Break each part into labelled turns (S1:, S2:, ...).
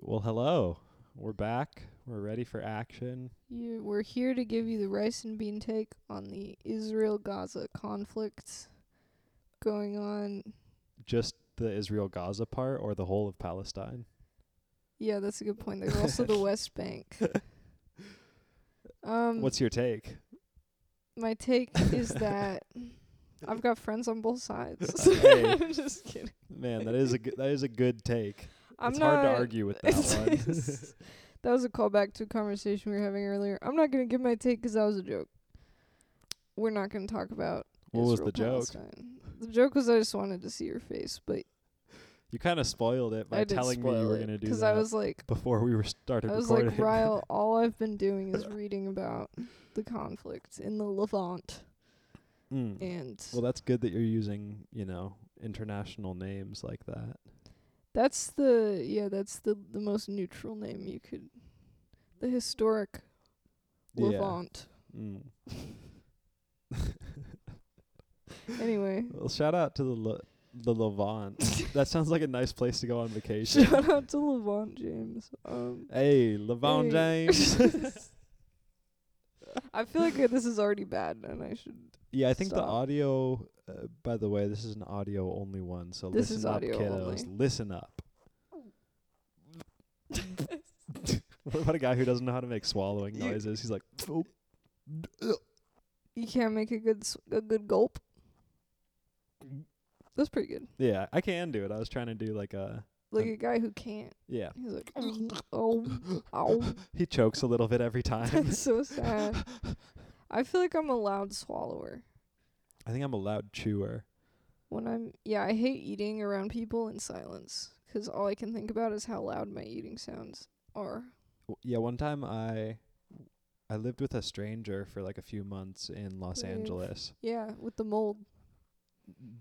S1: Well, hello. We're back. We're ready for action.
S2: You, we're here to give you the rice and bean take on the Israel Gaza conflicts going on.
S1: Just the Israel Gaza part or the whole of Palestine?
S2: Yeah, that's a good point. There's also the West Bank. Um,
S1: What's your take?
S2: my take is that I've got friends on both sides.
S1: Hey.
S2: I'm just kidding.
S1: Man, that is a good, that is a good take.
S2: I'm
S1: it's
S2: not,
S1: hard to argue with that
S2: it's-
S1: one.
S2: it's- that was a callback to a conversation we were having earlier. I'm not gonna give my take 'cause that was a joke. We're not gonna talk about
S1: what was
S2: Israel,
S1: the joke?
S2: Palestine. The joke was I just wanted to see your face, but
S1: You kind of spoiled it by
S2: I did
S1: telling me
S2: spoil
S1: you were
S2: it,
S1: going to do
S2: 'cause
S1: that
S2: I was like,
S1: before we were started
S2: I was
S1: recording.
S2: like, Ryle, all I've been doing is reading about the conflict in the Levant,
S1: Mm.
S2: and
S1: Well, that's good that you're using, you know, international names like that.
S2: that's the yeah, that's the the most neutral name you could, the historic
S1: Yeah.
S2: Levant.
S1: Mm.
S2: Anyway,
S1: Well, shout out to the Le- the Levant. that sounds like a nice place to go on vacation.
S2: shout out to Levant James. Um,
S1: hey, Levant
S2: Hey.
S1: James.
S2: I feel like this is already bad, and I should.
S1: yeah, I think
S2: Stop.
S1: the audio. Uh, by the way, this is an audio only one, so
S2: This
S1: listen
S2: is
S1: up,
S2: audio
S1: kiddos.
S2: only.
S1: Listen up. what about a guy who doesn't know how to make swallowing
S2: You- Oh.
S1: noises? He's like,
S2: You can't make a good s a good gulp.
S1: Mm.
S2: That's pretty good.
S1: yeah, I can do it. I was trying to do like a
S2: Like
S1: Um,
S2: a guy who can't.
S1: yeah.
S2: He's like, oh, oh.
S1: He chokes a little bit every time.
S2: That's so sad. I feel like I'm a loud swallower.
S1: I think I'm a loud chewer.
S2: When I'm yeah, I hate eating around people in silence 'cause all I can think about is how loud my eating sounds are.
S1: W- Yeah, one time I I lived with a stranger for like a few months in Los
S2: Brave.
S1: Angeles.
S2: Yeah, with the mold.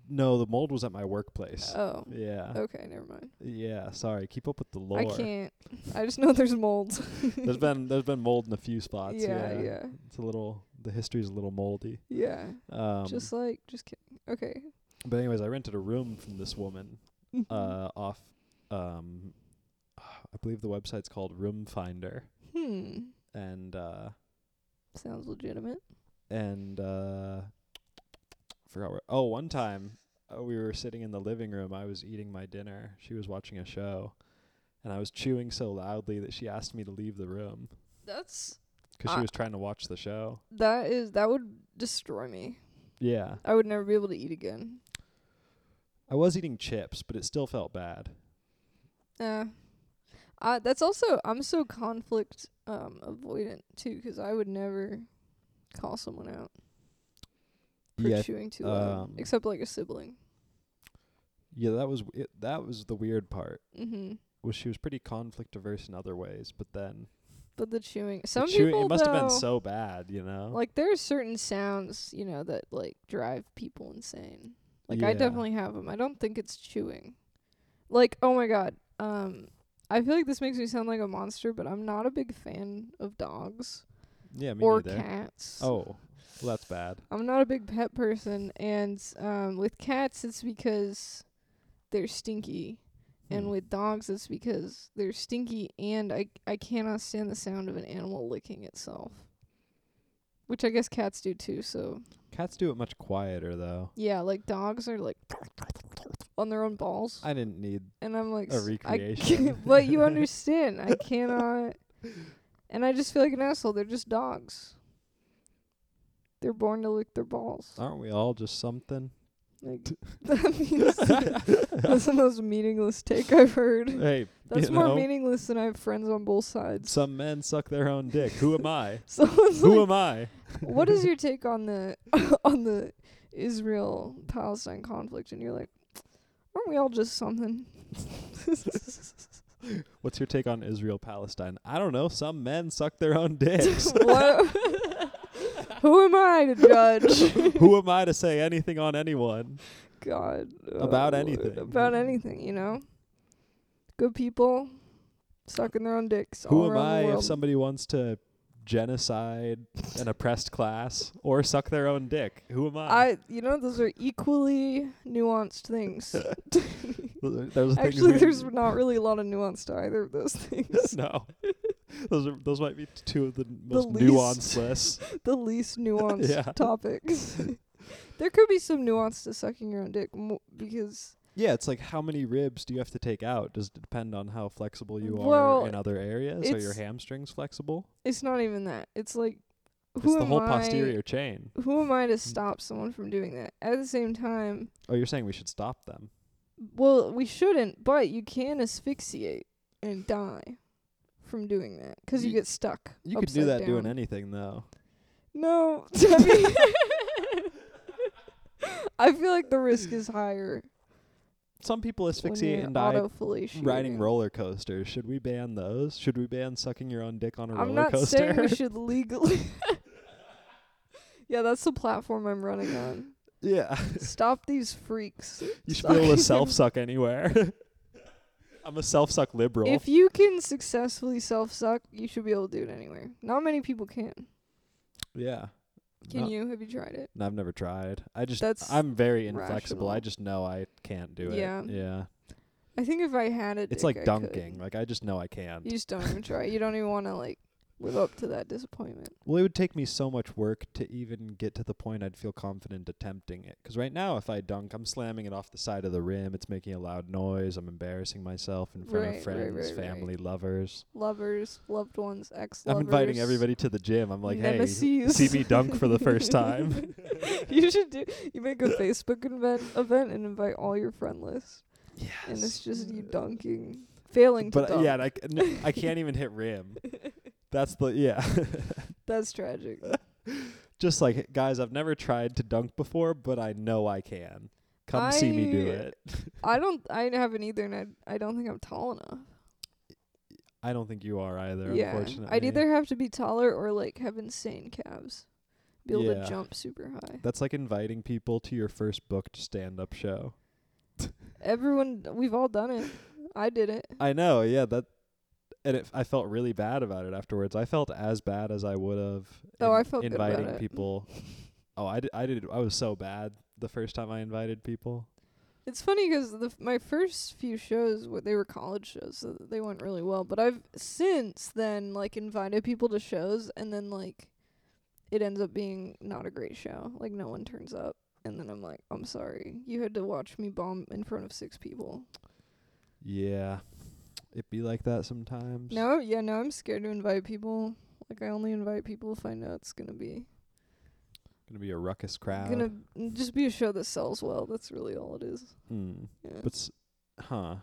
S1: No, the mold was at my workplace.
S2: Oh.
S1: yeah.
S2: Okay, never mind.
S1: Yeah, sorry. Keep up with the lore.
S2: I can't. I just know there's mold.
S1: There's been there's been mold in a few spots.
S2: yeah, yeah, yeah.
S1: It's a little the history's a little moldy. Um
S2: just like just kidding. Okay.
S1: but anyways, I rented a room from this woman uh
S2: Mm-hmm.
S1: off um I believe the website's called Room Finder
S2: hmm.
S1: and uh
S2: Sounds legitimate.
S1: and uh forgot where oh one time uh, we were sitting in the living room i was eating my dinner she was watching a show and i was chewing so loudly that she asked me to leave the room
S2: That's
S1: 'cause she
S2: Ah.
S1: was trying to watch the show
S2: that is that would destroy me.
S1: yeah
S2: I would never be able to eat again.
S1: i was eating chips but it still felt bad
S2: Yeah. Uh, that's also I'm so conflict um avoidant too, 'cause I would never call someone out for
S1: yeah
S2: chewing too loud,
S1: um,
S2: except like a sibling.
S1: yeah that was w- it, that was the weird part
S2: Mm-hmm.
S1: was she was pretty conflict averse in other ways but then
S2: But the chewing,
S1: the
S2: some
S1: chewing
S2: people
S1: it must
S2: though,
S1: have been so bad you know
S2: like there are certain sounds you know that like drive people insane. Like I
S1: Yeah.
S2: definitely have 'em. I don't think it's chewing. Like oh my god, um, I feel like this makes me sound like a monster, but I'm not a big fan of dogs
S1: yeah me
S2: or
S1: neither
S2: cats.
S1: oh well that's bad
S2: I'm not a big pet person, and um, with cats, it's because they're stinky, and
S1: Hmm.
S2: with dogs, it's because they're stinky, and I I cannot stand the sound of an animal licking itself, which I guess cats do too. So
S1: cats do it much quieter though
S2: yeah, like dogs are like on their own balls,
S1: i didn't need
S2: and I'm like
S1: a
S2: s- I
S1: recreation.
S2: can't- but you understand, I cannot, and I just feel like an asshole. They're just dogs. They're born to lick their balls.
S1: Aren't we all just something?
S2: Like that means that's the most meaningless take I've heard.
S1: hey,
S2: That's
S1: you
S2: more
S1: know,
S2: meaningless than I have friends on both sides.
S1: some men suck their own dick. Who am I?
S2: Someone's
S1: Who
S2: like,
S1: am I?
S2: "What is your take on the on the Israel Palestine conflict?" And you're like, "Aren't we all just something?"
S1: What's your take on Israel Palestine? I don't know. Some men suck their own dicks.
S2: what? Who am I to judge?
S1: Who am I to say anything on anyone?
S2: God. oh
S1: About
S2: Lord,
S1: anything.
S2: About anything, you know. Good people sucking their own dicks. all
S1: Who am
S2: around the
S1: I if
S2: world.
S1: somebody wants to genocide an oppressed class or suck their own dick. Who am I?
S2: I, you know, those are equally nuanced things.
S1: Those are- those are things
S2: Actually,
S1: we-
S2: there's not really a lot of nuance to either of those things.
S1: no. Those are those might be two of the most
S2: least.
S1: nuanced lists.
S2: the least nuanced
S1: Yeah.
S2: topics. there could be some nuance to sucking your own dick mo- because
S1: Yeah, it's like how many ribs do you have to take out? Does it depend on how flexible you are
S2: Well,
S1: in other areas? Are your
S2: it's-
S1: hamstrings flexible?
S2: it's not even that. It's like who
S1: It's the
S2: am
S1: whole
S2: I?
S1: posterior Mm. chain.
S2: Who am I to stop someone from doing that? At the same time,
S1: Oh, you're saying we should stop them?
S2: well, we shouldn't, but you can asphyxiate and die from doing that because you
S1: Ye-
S2: get stuck.
S1: You could do that doing
S2: it.
S1: anything though.
S2: No, I mean, I feel like the risk is higher.
S1: Some people
S2: when
S1: asphyxiate
S2: you're
S1: and die
S2: auto-fellatiating.
S1: riding roller coasters. Should we ban those? Should we ban sucking your own dick on a
S2: I'm
S1: roller
S2: not
S1: coaster?
S2: saying we should legally. yeah, that's the platform I'm running on.
S1: yeah.
S2: Stop these freaks.
S1: You should be able to
S2: sucking.
S1: self suck anywhere. I'm a self suck liberal.
S2: If you can successfully self suck, you should be able to do it anywhere. Not many people can.
S1: yeah.
S2: Can
S1: No.
S2: you? Have you tried it?
S1: No, I've never tried. I just
S2: That's
S1: I'm very inflexible. I
S2: rational.
S1: just know I can't do
S2: Yeah.
S1: it. Yeah.
S2: I think if I had it,
S1: It's like dunking. Like I just know I can't.
S2: You just don't even try. You don't even want to like live up to that disappointment.
S1: Well, it would take me so much work to even get to the point I'd feel confident attempting it. 'Cause right now, if I dunk, I'm slamming it off the side of the rim. It's making a loud noise. I'm embarrassing myself in front
S2: Right,
S1: of
S2: right,
S1: friends,
S2: right, right.
S1: family, lovers.
S2: Lovers, loved ones, ex lovers.
S1: I'm inviting everybody to the gym. I'm like,
S2: nemeses.
S1: hey, see me dunk for the first time.
S2: you should do. You make a Facebook event, event and invite all your friend list,
S1: yes.
S2: and it's just you dunking, failing to
S1: but uh,
S2: dunk.
S1: yeah, and I, c- n- I can't even hit rim. That's the yeah.
S2: that's tragic.
S1: just like guys, I've never tried to dunk before, but I know I can. Come see me do
S2: I-
S1: it.
S2: I don't. I haven't either, and I. I don't think I'm tall enough.
S1: I don't think you are either.
S2: yeah,
S1: unfortunately,
S2: I'd either have to be taller or like have insane calves, be able
S1: Yeah.
S2: to jump super high.
S1: That's like inviting people to your first booked stand-up show.
S2: Everyone, we've all done it. I did it.
S1: I know, yeah, that and it, I felt really bad about it afterwards. I felt as bad as I would have
S2: Oh, I felt good about
S1: inviting
S2: it.
S1: people. Oh, I did, I did I was so bad the first time I invited people.
S2: It's funny 'cause the f- my first few shows, what they were college shows, so they went really well. But I've since then like invited people to shows, and then like it ends up being not a great show. Like no one turns up, and then I'm like, I'm sorry, you had to watch me bomb in front of six people.
S1: Yeah. It be like that sometimes.
S2: No, yeah, no, I'm scared to invite people. Like I only invite people if I know it's gonna be
S1: Gonna be a ruckus crowd.
S2: gonna n- just be a show that sells well. That's really all it is.
S1: Hmm.
S2: Yeah.
S1: But s- huh.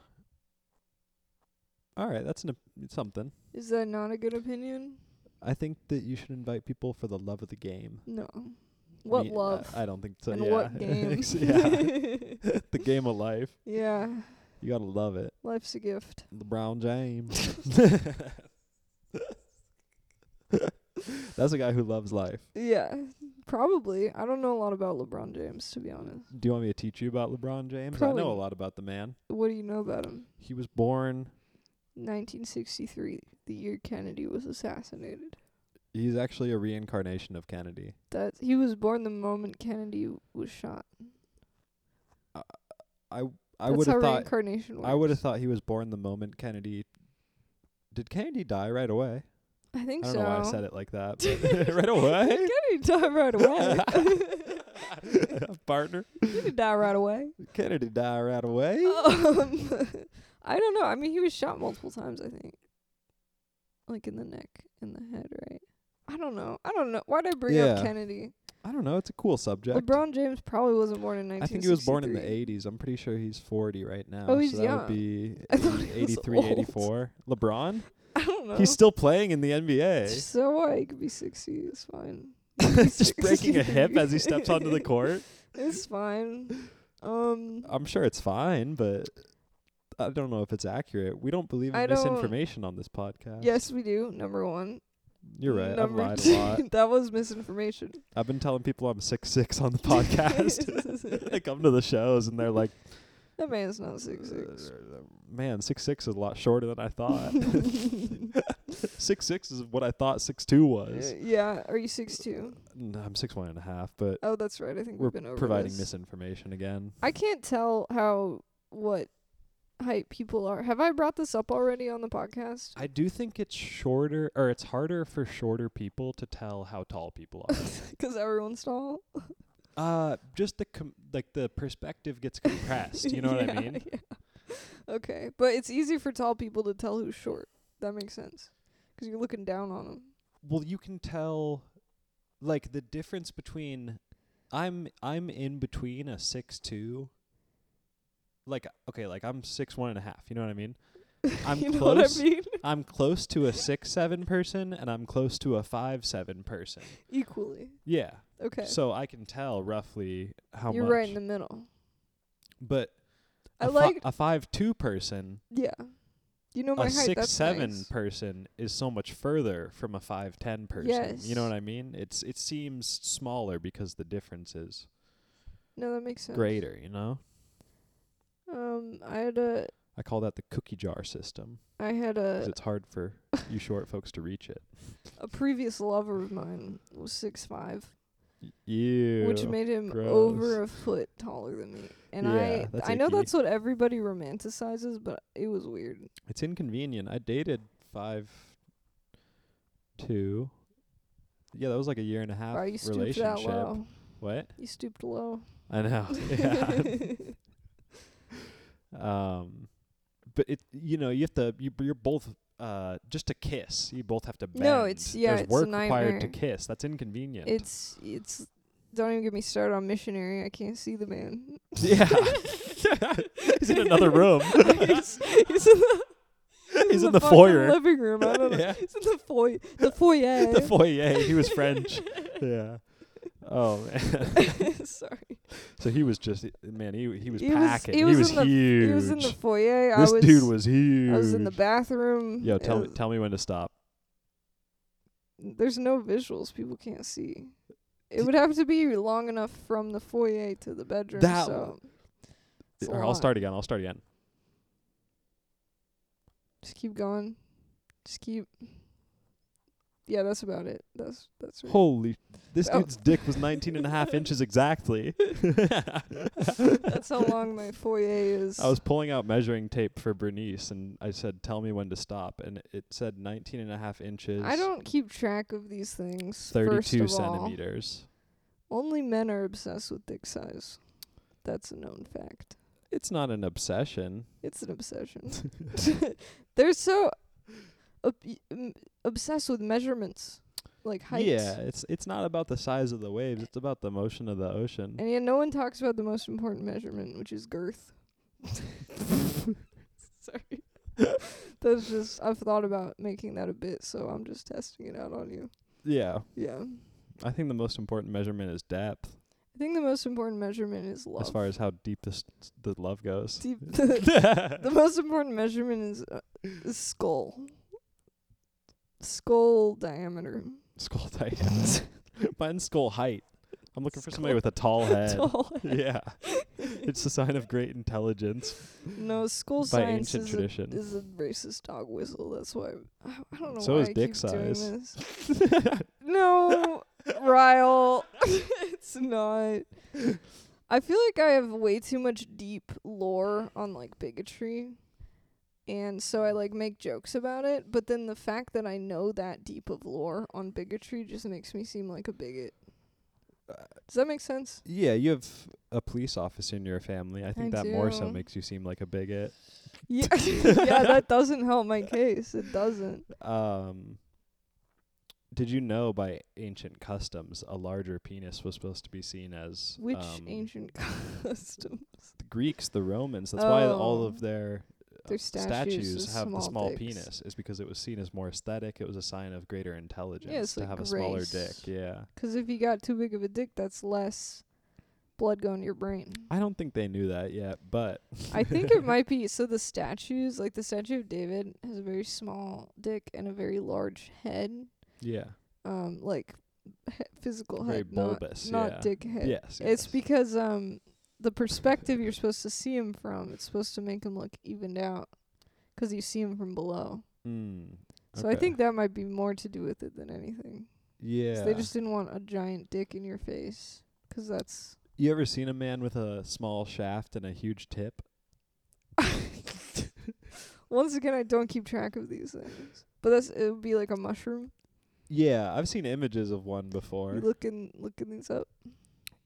S1: All right, that's an op- something.
S2: Is that not a good opinion?
S1: I think that you should invite people for the love of the game.
S2: No. What
S1: Me- I-
S2: love?
S1: I, don't think so.
S2: and
S1: yeah.
S2: what game?
S1: yeah. the game of life.
S2: yeah,
S1: You gotta love it.
S2: life's a gift.
S1: LeBron James. That's a guy who loves life.
S2: Yeah, probably. I don't know a lot about LeBron James to be honest.
S1: Do you want me to teach you about LeBron James?
S2: Probably.
S1: I know a lot about the man.
S2: What do you know about him?
S1: He was born.
S2: 1963, the year Kennedy was assassinated.
S1: He's actually a reincarnation of Kennedy.
S2: That he was born the moment Kennedy was shot.
S1: I I
S2: That's
S1: would
S2: how
S1: have thought
S2: reincarnation works.
S1: I would have thought he was born the moment Kennedy. Did Kennedy die right away?
S2: I
S1: I
S2: think
S1: don't
S2: so.
S1: know why I said it like that. but- right away.
S2: Kennedy died right away.
S1: Partner,
S2: Kennedy died right away.
S1: Kennedy die right away.
S2: Um, I don't know. I mean, he was shot multiple times. I think, like in the neck and the head, right? I don't know. I don't know. Why'd I bring
S1: Yeah.
S2: up Kennedy?
S1: I don't know. It's a cool subject.
S2: LeBron James probably wasn't born in
S1: I
S2: 1963.
S1: think he was born in the 80s. I'm pretty sure he's 40 right now.
S2: Oh, he's
S1: so that
S2: young.
S1: would be
S2: I thought
S1: 80,
S2: he was
S1: 83,
S2: old. Uh-huh.
S1: 84. LeBron?
S2: I don't know.
S1: He's still playing in the NBA.
S2: so what? He could be 60. It's fine.
S1: Just breaking a hip as he steps onto the court.
S2: It's fine. Um,
S1: I'm sure it's fine, but I don't know if it's accurate. We don't believe in
S2: I don't-
S1: misinformation on this podcast.
S2: yes, we do. Number one.
S1: You're right. I've
S2: Number
S1: lied a
S2: two-
S1: lot.
S2: that was misinformation.
S1: I've been telling people I'm six six on the podcast. they come to the shows and they're like,
S2: That
S1: Uh,
S2: man's not six six.
S1: "Man, six six is a lot shorter than I thought." six six is what I thought six two was.
S2: yeah, are you six two?
S1: No, I'm six one and a half, but
S2: Oh, that's right. I think
S1: we're
S2: we've been over
S1: providing
S2: this.
S1: misinformation again.
S2: I can't tell how what height people are. Have I brought this up already on the podcast?
S1: I do think it's shorter, or it's harder for shorter people to tell how tall people are.
S2: Because everyone's tall.
S1: Uh, just the com- like the perspective gets compressed. You know what
S2: Yeah,
S1: I mean?
S2: yeah. Okay, but it's easy for tall people to tell who's short. That makes sense. 'Cause you're looking down on 'em.
S1: Well, you can tell, like the difference between, I'm I'm in between a six two. Like okay, like I'm six one and a half. You know what I mean? I'm
S2: you know
S1: close.
S2: what I mean?
S1: I'm close to a six seven person, and I'm close to a five seven person.
S2: Equally.
S1: Yeah,
S2: Okay.
S1: so I can tell roughly how
S2: you're
S1: much.
S2: right in the middle.
S1: but
S2: I
S1: a fi-
S2: like.
S1: a five two person.
S2: yeah. You know Oh my
S1: a
S2: height.
S1: six
S2: that's
S1: seven
S2: nice.
S1: person is so much further from a five ten person. You know
S2: Yes.
S1: what I mean? It's it seems smaller because the difference is
S2: No, that makes sense.
S1: greater. You know,
S2: Um, I had a.
S1: I call that the cookie jar system
S2: I had
S1: 'cause
S2: a
S1: it's hard for you short folks to reach it.
S2: a previous lover of mine was six five,
S1: Ew.
S2: which made him over a
S1: gross.
S2: foot taller than me. And
S1: Yeah,
S2: I
S1: that's
S2: I know
S1: icky.
S2: that's what everybody romanticizes, but it was weird.
S1: it's inconvenient. I dated five two. Yeah, that was like a year and a half
S2: Wow, you stooped
S1: relationship.
S2: that low.
S1: What?
S2: You stooped low.
S1: I know. Yeah. Um, but it, you know, you have to. You, you're both uh, just to kiss. You both have to bend.
S2: No, it's- yeah,
S1: There's
S2: it's a
S1: work required to
S2: nightmare.
S1: kiss. That's inconvenient.
S2: it's it's. Don't even get me started on missionary. I can't see the man.
S1: yeah. He's in another room.
S2: he's, he's in the,
S1: He's in the
S2: fucking
S1: foyer.
S2: living room. I don't know.
S1: Yeah.
S2: He's in the foyer. The foyer.
S1: the foyer. He was French. yeah. Oh man.
S2: Sorry.
S1: So he was just man. He he was
S2: He was-
S1: packing.
S2: he
S1: he
S2: was
S1: was
S2: in the-
S1: huge.
S2: He was in the foyer.
S1: this
S2: I was.
S1: dude was huge.
S2: I was in the bathroom.
S1: Yo,
S2: It
S1: tell me,
S2: was-
S1: tell me when to stop.
S2: There's no visuals. People can't see. It
S1: Did-
S2: would have to be long enough from the foyer to the bedroom.
S1: That
S2: so it's a
S1: Or I'll
S2: lot.
S1: start again. I'll start again.
S2: Just keep going. Just keep. Yeah, that's about it. That's that's right.
S1: Holy, this
S2: Oh.
S1: dude's dick was 19 and a half inches exactly.
S2: that's how long my foyer is.
S1: I was pulling out measuring tape for Bernice and I said, Tell me when to stop. And it said 19 and a half inches,
S2: I don't keep track of these things. first
S1: 32
S2: of
S1: centimeters.
S2: All. Only men are obsessed with dick size. That's a known fact.
S1: It's not an obsession.
S2: It's an obsession. They're so ob- m- obsessed with measurements, like heights.
S1: Yeah, it's it's not about the size of the waves, it's about the motion of the ocean.
S2: And yet, no one talks about the most important measurement, which is girth. Sorry. That's just, I've thought about making that a bit, so I'm just testing it out on you.
S1: yeah,
S2: Yeah.
S1: I think the most important measurement is depth
S2: I think the most important measurement is love.
S1: as far as how deep this the love goes.
S2: Deep the most important measurement is, uh, is skull. Skull
S1: Uh,
S2: diameter.
S1: Skull diameter. Mine's skull height. I'm looking for somebody
S2: Skull-
S1: with a tall head.
S2: Tall.
S1: Yeah. it's a sign of great intelligence
S2: No, skull
S1: by
S2: science
S1: ancient
S2: is a
S1: tradition.
S2: is a racist dog whistle. That's why I, I don't know
S1: So
S2: why
S1: is
S2: I
S1: dick
S2: keep
S1: size.
S2: doing this. No, Ryle, it's not. I feel like I have way too much deep lore on like bigotry, and so I like make jokes about it. But then the fact that I know that deep of lore on bigotry just makes me seem like a bigot. Does that make sense?
S1: Uh, yeah, you have a police officer in your family. I think
S2: I
S1: that more so
S2: do.
S1: makes you seem like a bigot.
S2: Yeah, yeah, that doesn't help my case. It doesn't.
S1: Um did you know by ancient customs a larger penis was supposed to be seen as
S2: Which
S1: um,
S2: ancient custom?
S1: the Greeks, the Romans. That's why all
S2: Oh.
S1: of their uh,
S2: Their statues with
S1: have the
S2: small
S1: small
S2: dicks.
S1: penis is because it was seen as more aesthetic. It was a sign of greater intelligence to
S2: like
S1: have a smaller
S2: grace.
S1: dick. Yeah.
S2: 'Cause if you got too big of a dick, that's less blood going to your brain.
S1: I don't think they knew that yet, but
S2: I think it might be so the statues, like the statue of David has a very small dick and a very large head.
S1: yeah.
S2: Um like he- physical
S1: Very
S2: head,
S1: bulbous,
S2: not,
S1: yeah.
S2: not dick head.
S1: Yes, yes.
S2: It's because um the perspective you're supposed to see him from, it's supposed to make him look evened out 'cause you see him from below.
S1: Mm.
S2: So I
S1: Okay.
S2: think that might be more to do with it than anything. 'Cause
S1: Yeah.
S2: They just didn't want a giant dick in your face. 'Cause that's.
S1: you ever seen a man with a small shaft and a huge tip?
S2: Once again, I don't keep track of these things. But that's it would be like a mushroom.
S1: Yeah, I've seen images of one before.
S2: You looking looking these up.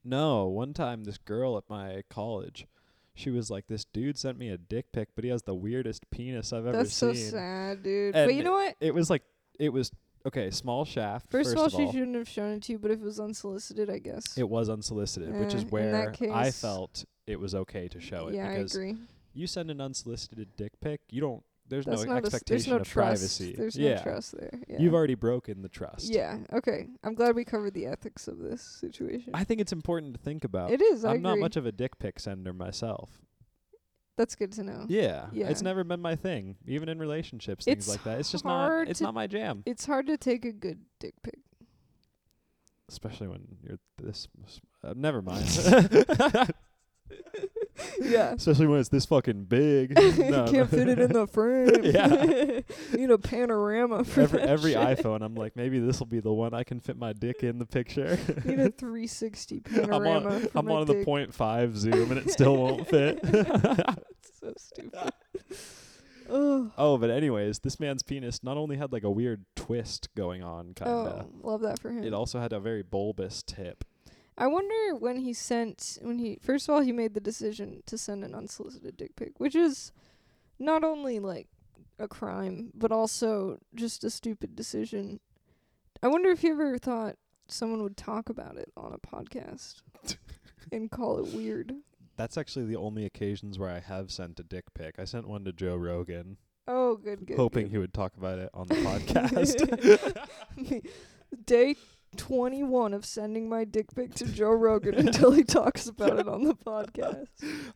S1: No, one time this girl at my college, she was like, "This dude sent me a dick pic, but he has the weirdest penis I've ever
S2: That's so
S1: seen."
S2: sad, dude. but
S1: And
S2: you know what?
S1: It was like it was okay, small shaft.
S2: First, of all, she shouldn't have shown it to you. But if it was unsolicited, I guess.
S1: it was unsolicited, which
S2: Yeah,
S1: is
S2: in that
S1: where I
S2: case-
S1: felt it was okay to show it
S2: yeah, I
S1: because
S2: agree.
S1: you send an unsolicited dick pic, you don't. There's
S2: That's
S1: no
S2: not a s- there's
S1: expectation
S2: no
S1: of
S2: trust.
S1: privacy.
S2: There's
S1: yeah,
S2: no trust there. Yeah.
S1: you've already broken the trust.
S2: Yeah. Okay. I'm glad we covered the ethics of this situation.
S1: I think it's important to think about.
S2: it is. I
S1: I'm
S2: agree.
S1: not much of a dick pic sender myself.
S2: That's good to know.
S1: Yeah.
S2: Yeah.
S1: It's never been my thing, even in relationships, things
S2: It's
S1: like that. It's just
S2: hard
S1: not it's
S2: to-
S1: not my jam.
S2: It's hard to take a good dick pic.
S1: Especially when you're this uh, never mind.
S2: Yeah.
S1: Especially when it's this fucking big. No,
S2: Can't fit it in the frame.
S1: Yeah.
S2: Need a panorama for
S1: every
S2: that
S1: every
S2: shit.
S1: iPhone I'm like maybe this will be the one I can fit my dick in the picture.
S2: Need a 360
S1: I'm
S2: panorama.
S1: on
S2: for
S1: I'm
S2: my
S1: on the
S2: dick.
S1: point five zoom and it still won't fit.
S2: It's so stupid. oh.
S1: oh, but anyways, this man's penis not only had like a weird twist going on kind of.
S2: Oh, love that for him.
S1: It also had a very bulbous tip.
S2: I wonder when he sent when he first of all he made the decision to send an unsolicited dick pic, which is not only like a crime but also just a stupid decision. I wonder if he ever thought someone would talk about it on a podcast and call it weird.
S1: That's actually the only occasions where I have sent a dick pic. I sent one to Joe Rogan,
S2: Oh, good, good.
S1: hoping
S2: good.
S1: he would talk about it on the podcast.
S2: Day 21 of sending my dick pic to Joe Rogan until he talks about it on the podcast.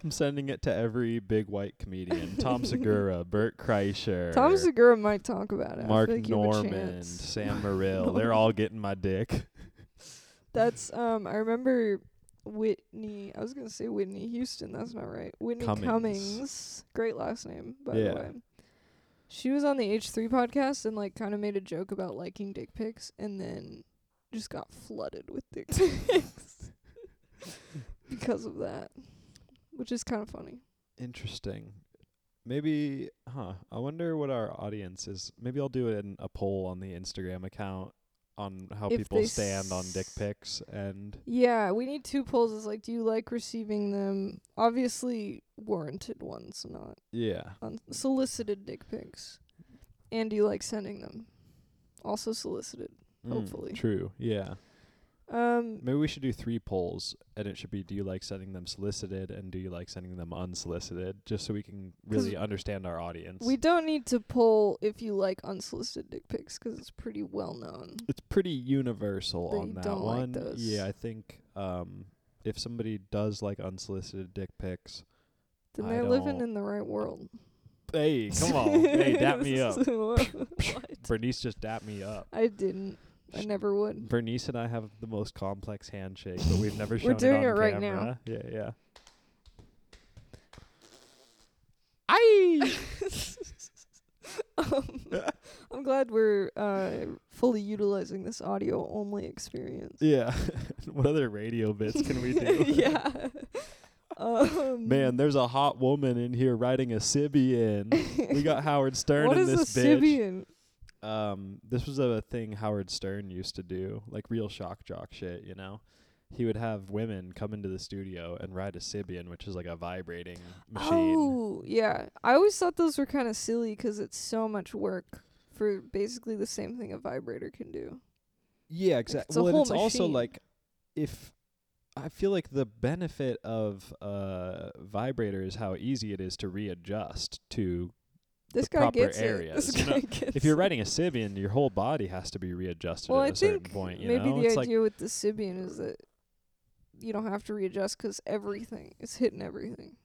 S1: I'm sending it to every big white comedian: Tom Segura, Bert Kreischer,
S2: Tom Segura might talk about it.
S1: Mark
S2: I feel like You have a
S1: Norman,
S2: chance.
S1: Sam Morril. They're all getting my dick.
S2: That's um. I remember Whitney. I was gonna say Whitney Houston. That's not right. Whitney Cummings.
S1: Cummings.
S2: Great last name, by
S1: Yeah.
S2: the way. She was on the H three podcast and like kind of made a joke about liking dick pics, and then just got flooded with dick pics because of that, which is kind of funny.
S1: Interesting. Maybe, huh? I wonder what our audience is. Maybe I'll do an, a poll on the Instagram account on how
S2: If
S1: people
S2: they
S1: stand on dick
S2: s-
S1: pics and
S2: Yeah, we need two polls. Is like, do you like receiving them? Obviously, warranted ones, not
S1: yeah.
S2: unsolicited dick pics. And do you like sending them? Also solicited.
S1: Mm,
S2: Hopefully.
S1: true. Yeah.
S2: Um,
S1: Maybe we should do three polls, and it should be: Do you like sending them solicited, and do you like sending them unsolicited? Just so we can
S2: 'Cause
S1: really understand our audience.
S2: we don't need to poll if you like unsolicited dick pics 'cause it's pretty well known.
S1: it's pretty universal
S2: That
S1: on
S2: you
S1: that
S2: don't like
S1: one.
S2: those.
S1: Yeah, I think um, if somebody does like unsolicited dick pics,
S2: Then
S1: I
S2: they're living
S1: don't-
S2: in the right world.
S1: hey, come on, hey, dap me up.
S2: Wha- what?
S1: Bernice just dap me up.
S2: I didn't. I never would.
S1: Bernice and I have the most complex handshake, but we've never shown
S2: doing
S1: it, on
S2: it right now.
S1: camera. Yeah, yeah.
S2: I. um, I'm glad we're uh, fully utilizing this audio only experience.
S1: Yeah. what other radio bits can we do?
S2: yeah. Um,
S1: Man, there's a hot woman in here riding a Sibian. we got Howard Stern
S2: what
S1: in
S2: is
S1: this
S2: a
S1: bitch.
S2: Sibian?
S1: Um, this was a thing Howard Stern used to do, like real shock jock shit, you know. He would have women come into the studio and ride a Sibian, which is like a vibrating machine.
S2: Oh, yeah. I always thought those were kind of silly 'cause it's so much work for basically the same thing a vibrator can do.
S1: Yeah,
S2: it's
S1: exactly.
S2: a
S1: Well, and
S2: whole
S1: it's also
S2: machine.
S1: like if I feel like the benefit of uh vibrator is how easy it is to readjust to
S2: This
S1: The
S2: guy
S1: proper
S2: gets
S1: areas,
S2: it. This
S1: you know?
S2: guy gets
S1: if you're
S2: it.
S1: writing a Sibian, your whole body has to be readjusted
S2: well,
S1: at
S2: I
S1: a certain
S2: think
S1: point. You
S2: maybe
S1: know,
S2: the
S1: it's like
S2: idea with the Sibian is that you don't have to readjust 'cause everything is hitting everything.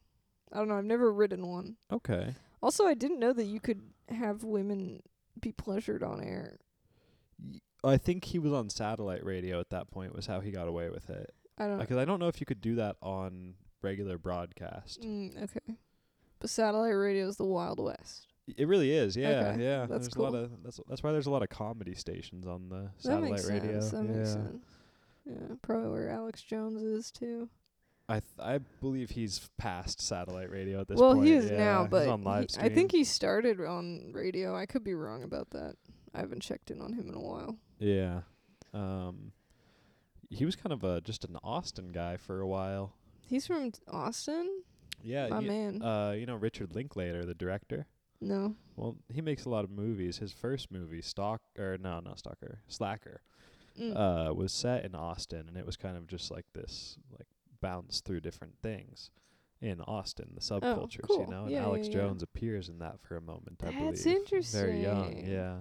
S2: I don't know. I've never ridden one.
S1: okay,
S2: Also, I didn't know that you could have women be pleasured on air.
S1: I think he was on satellite radio at that point. Was how he got away with it.
S2: I don't.
S1: Because I don't know if you could do that on regular broadcast.
S2: Mm, okay. But satellite radio is the Wild West.
S1: It really is, yeah,
S2: Okay,
S1: yeah.
S2: that's
S1: there's a lot
S2: cool.
S1: of that's that's why there's a lot of comedy stations on the satellite
S2: that makes
S1: radio.
S2: sense. That
S1: yeah.
S2: makes sense. Yeah, probably where Alex Jones is too.
S1: I th- I believe he's past satellite radio at this
S2: well,
S1: point.
S2: he is
S1: yeah,
S2: now,
S1: he's
S2: but
S1: on live
S2: he- I think he started on radio. I could be wrong about that. I haven't checked in on him in a while.
S1: yeah. Um, he was kind of a just an Austin guy for a while.
S2: He's from t- Austin.
S1: Yeah,
S2: My
S1: you,
S2: man.
S1: uh, you know Richard Linklater, the director.
S2: no.
S1: Well, he makes a lot of movies. His first movie, Stalk or no, not Stalker, Slacker,
S2: Mm.
S1: uh, was set in Austin, and it was kind of just like this, like bounce through different things in Austin, the subcultures,
S2: Oh, cool.
S1: you know. And
S2: Yeah, yeah,
S1: Alex
S2: yeah.
S1: Jones appears in that for a moment, I believe.
S2: That's
S1: Very young,
S2: interesting.
S1: yeah.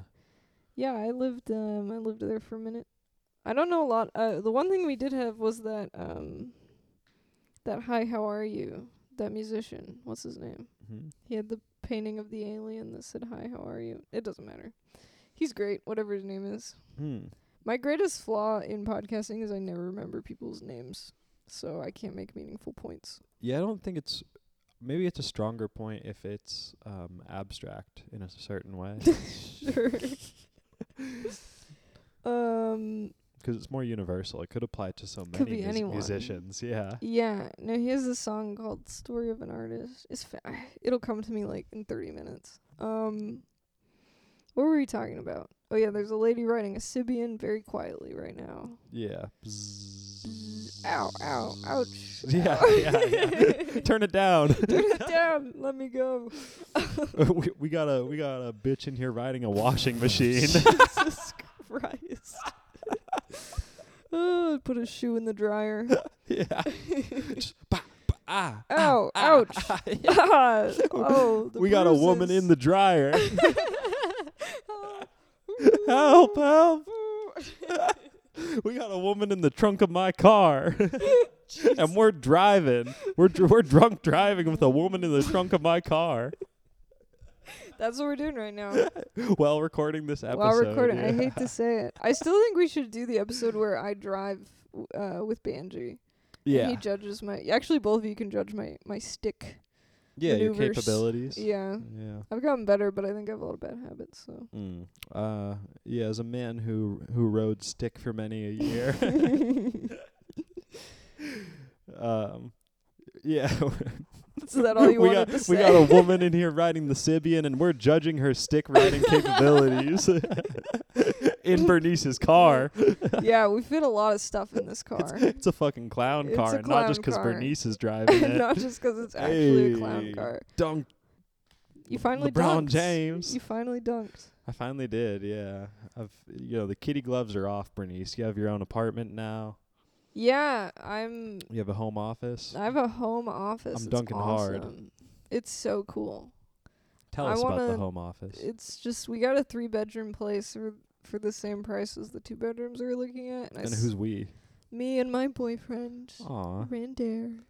S2: Yeah, I lived um I lived there for a minute. I don't know a lot. Uh, the one thing we did have was that um that hi how are you that musician what's his name
S1: hmm
S2: he had the painting of the alien that said hi how are you it doesn't matter he's great whatever his name is
S1: Hmm.
S2: my greatest flaw in podcasting is I never remember people's names so I can't make meaningful points
S1: Yeah, I don't think it's. Maybe it's a stronger point if it's um, abstract in a certain way,
S2: sure um
S1: because it's more universal. It could apply to so many
S2: Could be
S1: mus-
S2: anyone.
S1: musicians. Yeah.
S2: Yeah, no, he has this song called "Story of an Artist." It's fa- it'll come to me like in thirty minutes. Um, what were we talking about? Oh yeah, there's a lady writing a Sibian very quietly right now.
S1: Yeah.
S2: Ow, ow, ouch.
S1: Yeah, yeah, yeah. Turn it down.
S2: Turn it down. Let me go.
S1: we, we got a we got a bitch in here riding a washing machine.
S2: Jesus Christ. oh, put a shoe in the dryer.
S1: yeah. Just bah, bah, ah, ah,
S2: Ow,
S1: ah,
S2: ouch.
S1: ah, yeah.
S2: Ah, oh, the
S1: we got a woman in
S2: bruises.
S1: the dryer. help,
S2: Help.
S1: help.
S2: Ooh.
S1: We got a woman in the trunk of my car. and we're driving. We're dr- we're drunk driving with a woman in the trunk of my car
S2: That's what we're doing right now.
S1: while recording this episode.
S2: While recording, I
S1: yeah.
S2: hate to say it. I still think we should do the episode where I drive w- uh, with Banji.
S1: Yeah.
S2: And he judges my. Actually, both of you can judge my my stick.
S1: yeah, your
S2: maneuvers.
S1: capabilities.
S2: Yeah.
S1: Yeah.
S2: I've gotten better, but I think I have a lot of bad habits. So.
S1: Mm. Uh, yeah, as a man who who rode stick for many a year, um, yeah,
S2: Is that all you
S1: we got
S2: wanted to say?
S1: we got a woman in here riding the Sibian, and we're judging her stick riding capabilities in Bernice's car.
S2: yeah, we fit a lot of stuff in this car.
S1: It's a fucking clown
S2: It's
S1: car,
S2: a
S1: and not just
S2: clown car.
S1: Bernice is driving it.
S2: Not just 'cause it's actually a clown
S1: Hey.
S2: car.
S1: Dunk!
S2: You finally
S1: LeBron
S2: dunked.
S1: James.
S2: You finally dunked.
S1: I finally did. Yeah, I've you know the kitty gloves are off, Bernice. You have your own apartment now.
S2: Yeah, I'm
S1: You have a home office.
S2: I have a home office.
S1: I'm
S2: It's
S1: dunking hard.
S2: awesome. It's so cool.
S1: Tell
S2: I
S1: us about the
S2: wanna-
S1: home office.
S2: It's just we got a three bedroom place for for the same price as the two bedrooms we were looking at. And, I
S1: and
S2: s-
S1: who's we?
S2: me and my boyfriend
S1: Aw.
S2: Randair.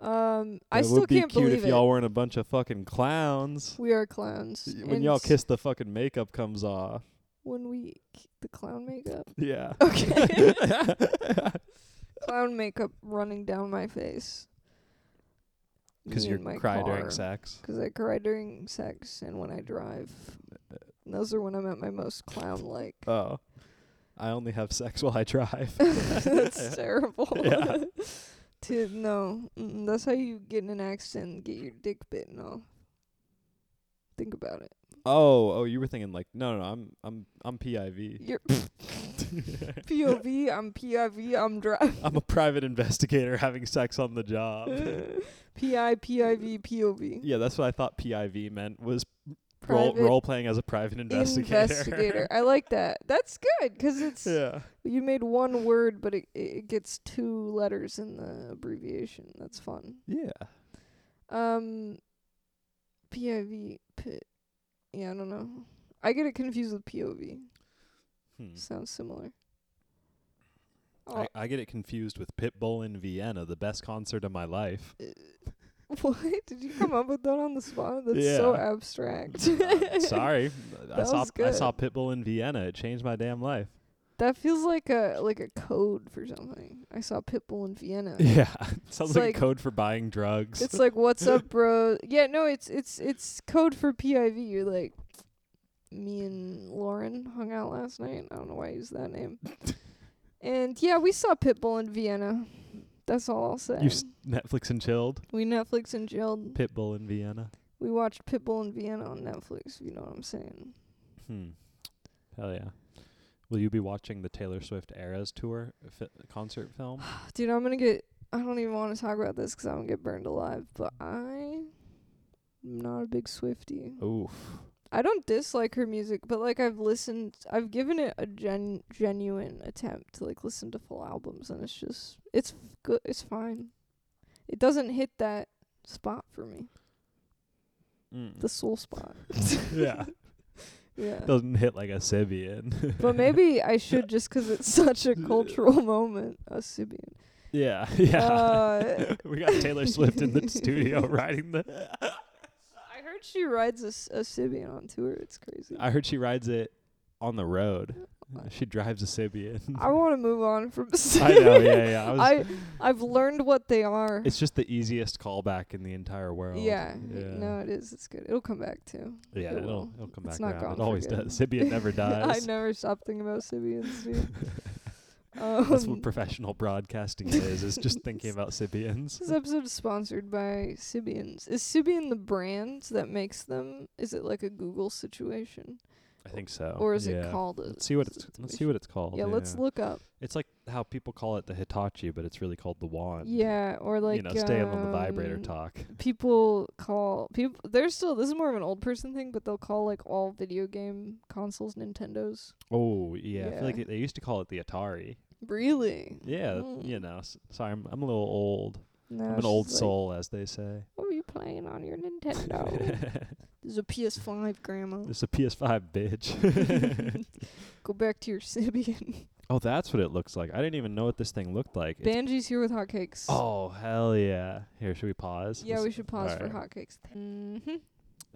S2: Um, I
S1: That
S2: still
S1: would be
S2: can't
S1: cute
S2: believe
S1: if
S2: it.
S1: y'all weren't a bunch of fucking clowns.
S2: we are clowns.
S1: Y- When
S2: and
S1: y'all
S2: s-
S1: kiss, the fucking makeup comes off.
S2: when we k- the clown makeup,
S1: Yeah.
S2: Okay. clown makeup running down my face.
S1: Because
S2: Me
S1: you
S2: and my
S1: cry during
S2: car.
S1: sex.
S2: 'Cause I cry during sex and when I drive. And Those are when I'm at my most clown like.
S1: Oh. I only have sex while I drive.
S2: that's terrible.
S1: Yeah.
S2: to, no, mm-mm, that's how you get in an accident and get your dick bitten off. Think about it.
S1: Oh, oh, you were thinking like, no, no, no I'm, I'm, I'm PIV.
S2: You're POV, I'm PIV, I'm driving.
S1: I'm a private investigator having sex on the job.
S2: PI, PIV, POV.
S1: yeah, that's what I thought PIV meant was role, role playing as a private investigator.
S2: investigator. I like that. That's good 'cause it's
S1: yeah.
S2: you made one word, but it it gets two letters in the abbreviation. That's fun.
S1: Yeah.
S2: Um, PIV. P- yeah, I don't know. I get it confused with POV.
S1: Hmm.
S2: Sounds similar. oh.
S1: I, I get it confused with Pitbull in Vienna, the best concert of my life.
S2: What did you come up with that on the spot? That's so
S1: Yeah.
S2: abstract.
S1: Uh, sorry, I
S2: That
S1: saw
S2: was
S1: I saw Pitbull in Vienna. It changed my damn life.
S2: That feels like a like a code for something. I saw Pitbull in Vienna.
S1: Yeah, sounds
S2: It's
S1: like,
S2: like-
S1: a code for buying drugs.
S2: It's like what's up, bro? Yeah, no, it's it's it's code for PIV. You're like me and Lauren hung out last night. I don't know why I used that name. and yeah, we saw Pitbull in Vienna. That's all I'll say.
S1: you s- Netflix and chilled.
S2: we Netflix and chilled.
S1: Pitbull in Vienna.
S2: we watched Pitbull in Vienna on Netflix. If you know what I'm saying.
S1: Hmm. Hell yeah. Will you be watching the Taylor Swift Eras tour fi- concert film?
S2: Dude, I'm gonna get. I don't even want to talk about this 'cause I'm gonna get burned alive. But I'm not a big Swifty.
S1: Oof.
S2: I don't dislike her music, but like I've listened, I've given it a gen genuine attempt to like listen to full albums, and it's just it's f- good, it's fine. It doesn't hit that spot for me, the
S1: Mm.
S2: soul spot.
S1: yeah.
S2: yeah,
S1: Doesn't hit like a Sibian.
S2: but maybe I should just 'cause it's such a cultural moment, a Sibian.
S1: yeah. Yeah.
S2: Uh,
S1: we got Taylor Swift in the studio riding the.
S2: I heard she rides a, s- a Sibian on tour. It's crazy.
S1: I heard she rides it on the road. She drives a Sibian.
S2: Uh, I want to move on from.
S1: I know. Yeah. Yeah. I was,
S2: I I've learned what they are.
S1: it's just the easiest callback in the entire world.
S2: Yeah,
S1: Yeah.
S2: no, it is. It's good. It'll come back too.
S1: Yeah,
S2: It
S1: it will
S2: will.
S1: it'll come
S2: It's
S1: back
S2: not
S1: around.
S2: gone
S1: It always
S2: forever.
S1: does. Sibian never
S2: I
S1: dies.
S2: never stopped thinking about Sibians. Dude.
S1: That's
S2: Um,
S1: what professional broadcasting is, is just thinking about Sibians.
S2: this episode is sponsored by Sibians. Is Sibian the brand that makes them? Is it like a Google situation,
S1: I think so.
S2: or is
S1: Oh, yeah.
S2: it called? A
S1: Let's see what it's let's see what it's called.
S2: Yeah, let's look up.
S1: It's like how people call it the Hitachi, but it's really called the wand.
S2: Yeah, or like
S1: you know, staying on the vibrator
S2: um,
S1: talk.
S2: People call people. They're still. This is more of an old person thing, but they'll call like all video game consoles Nintendos.
S1: Oh yeah, I feel like
S2: yeah.
S1: they, they used to call it the Atari.
S2: Really?
S1: Yeah,
S2: Mm.
S1: you know. s- Sorry, I'm I'm a little old.
S2: No,
S1: I'm
S2: it's
S1: an old
S2: just like,
S1: soul, as they say.
S2: What were you playing on your Nintendo? There's a PS5, Grandma.
S1: it's a PS5, bitch.
S2: Go back to your Sibian.
S1: oh, that's what it looks like. I didn't even know what this thing looked like. It's
S2: Banji's here with hotcakes.
S1: Oh hell yeah! Here, should we pause?
S2: Yeah,
S1: Let's-
S2: we should pause for
S1: alright.
S2: hotcakes. Mm-hmm.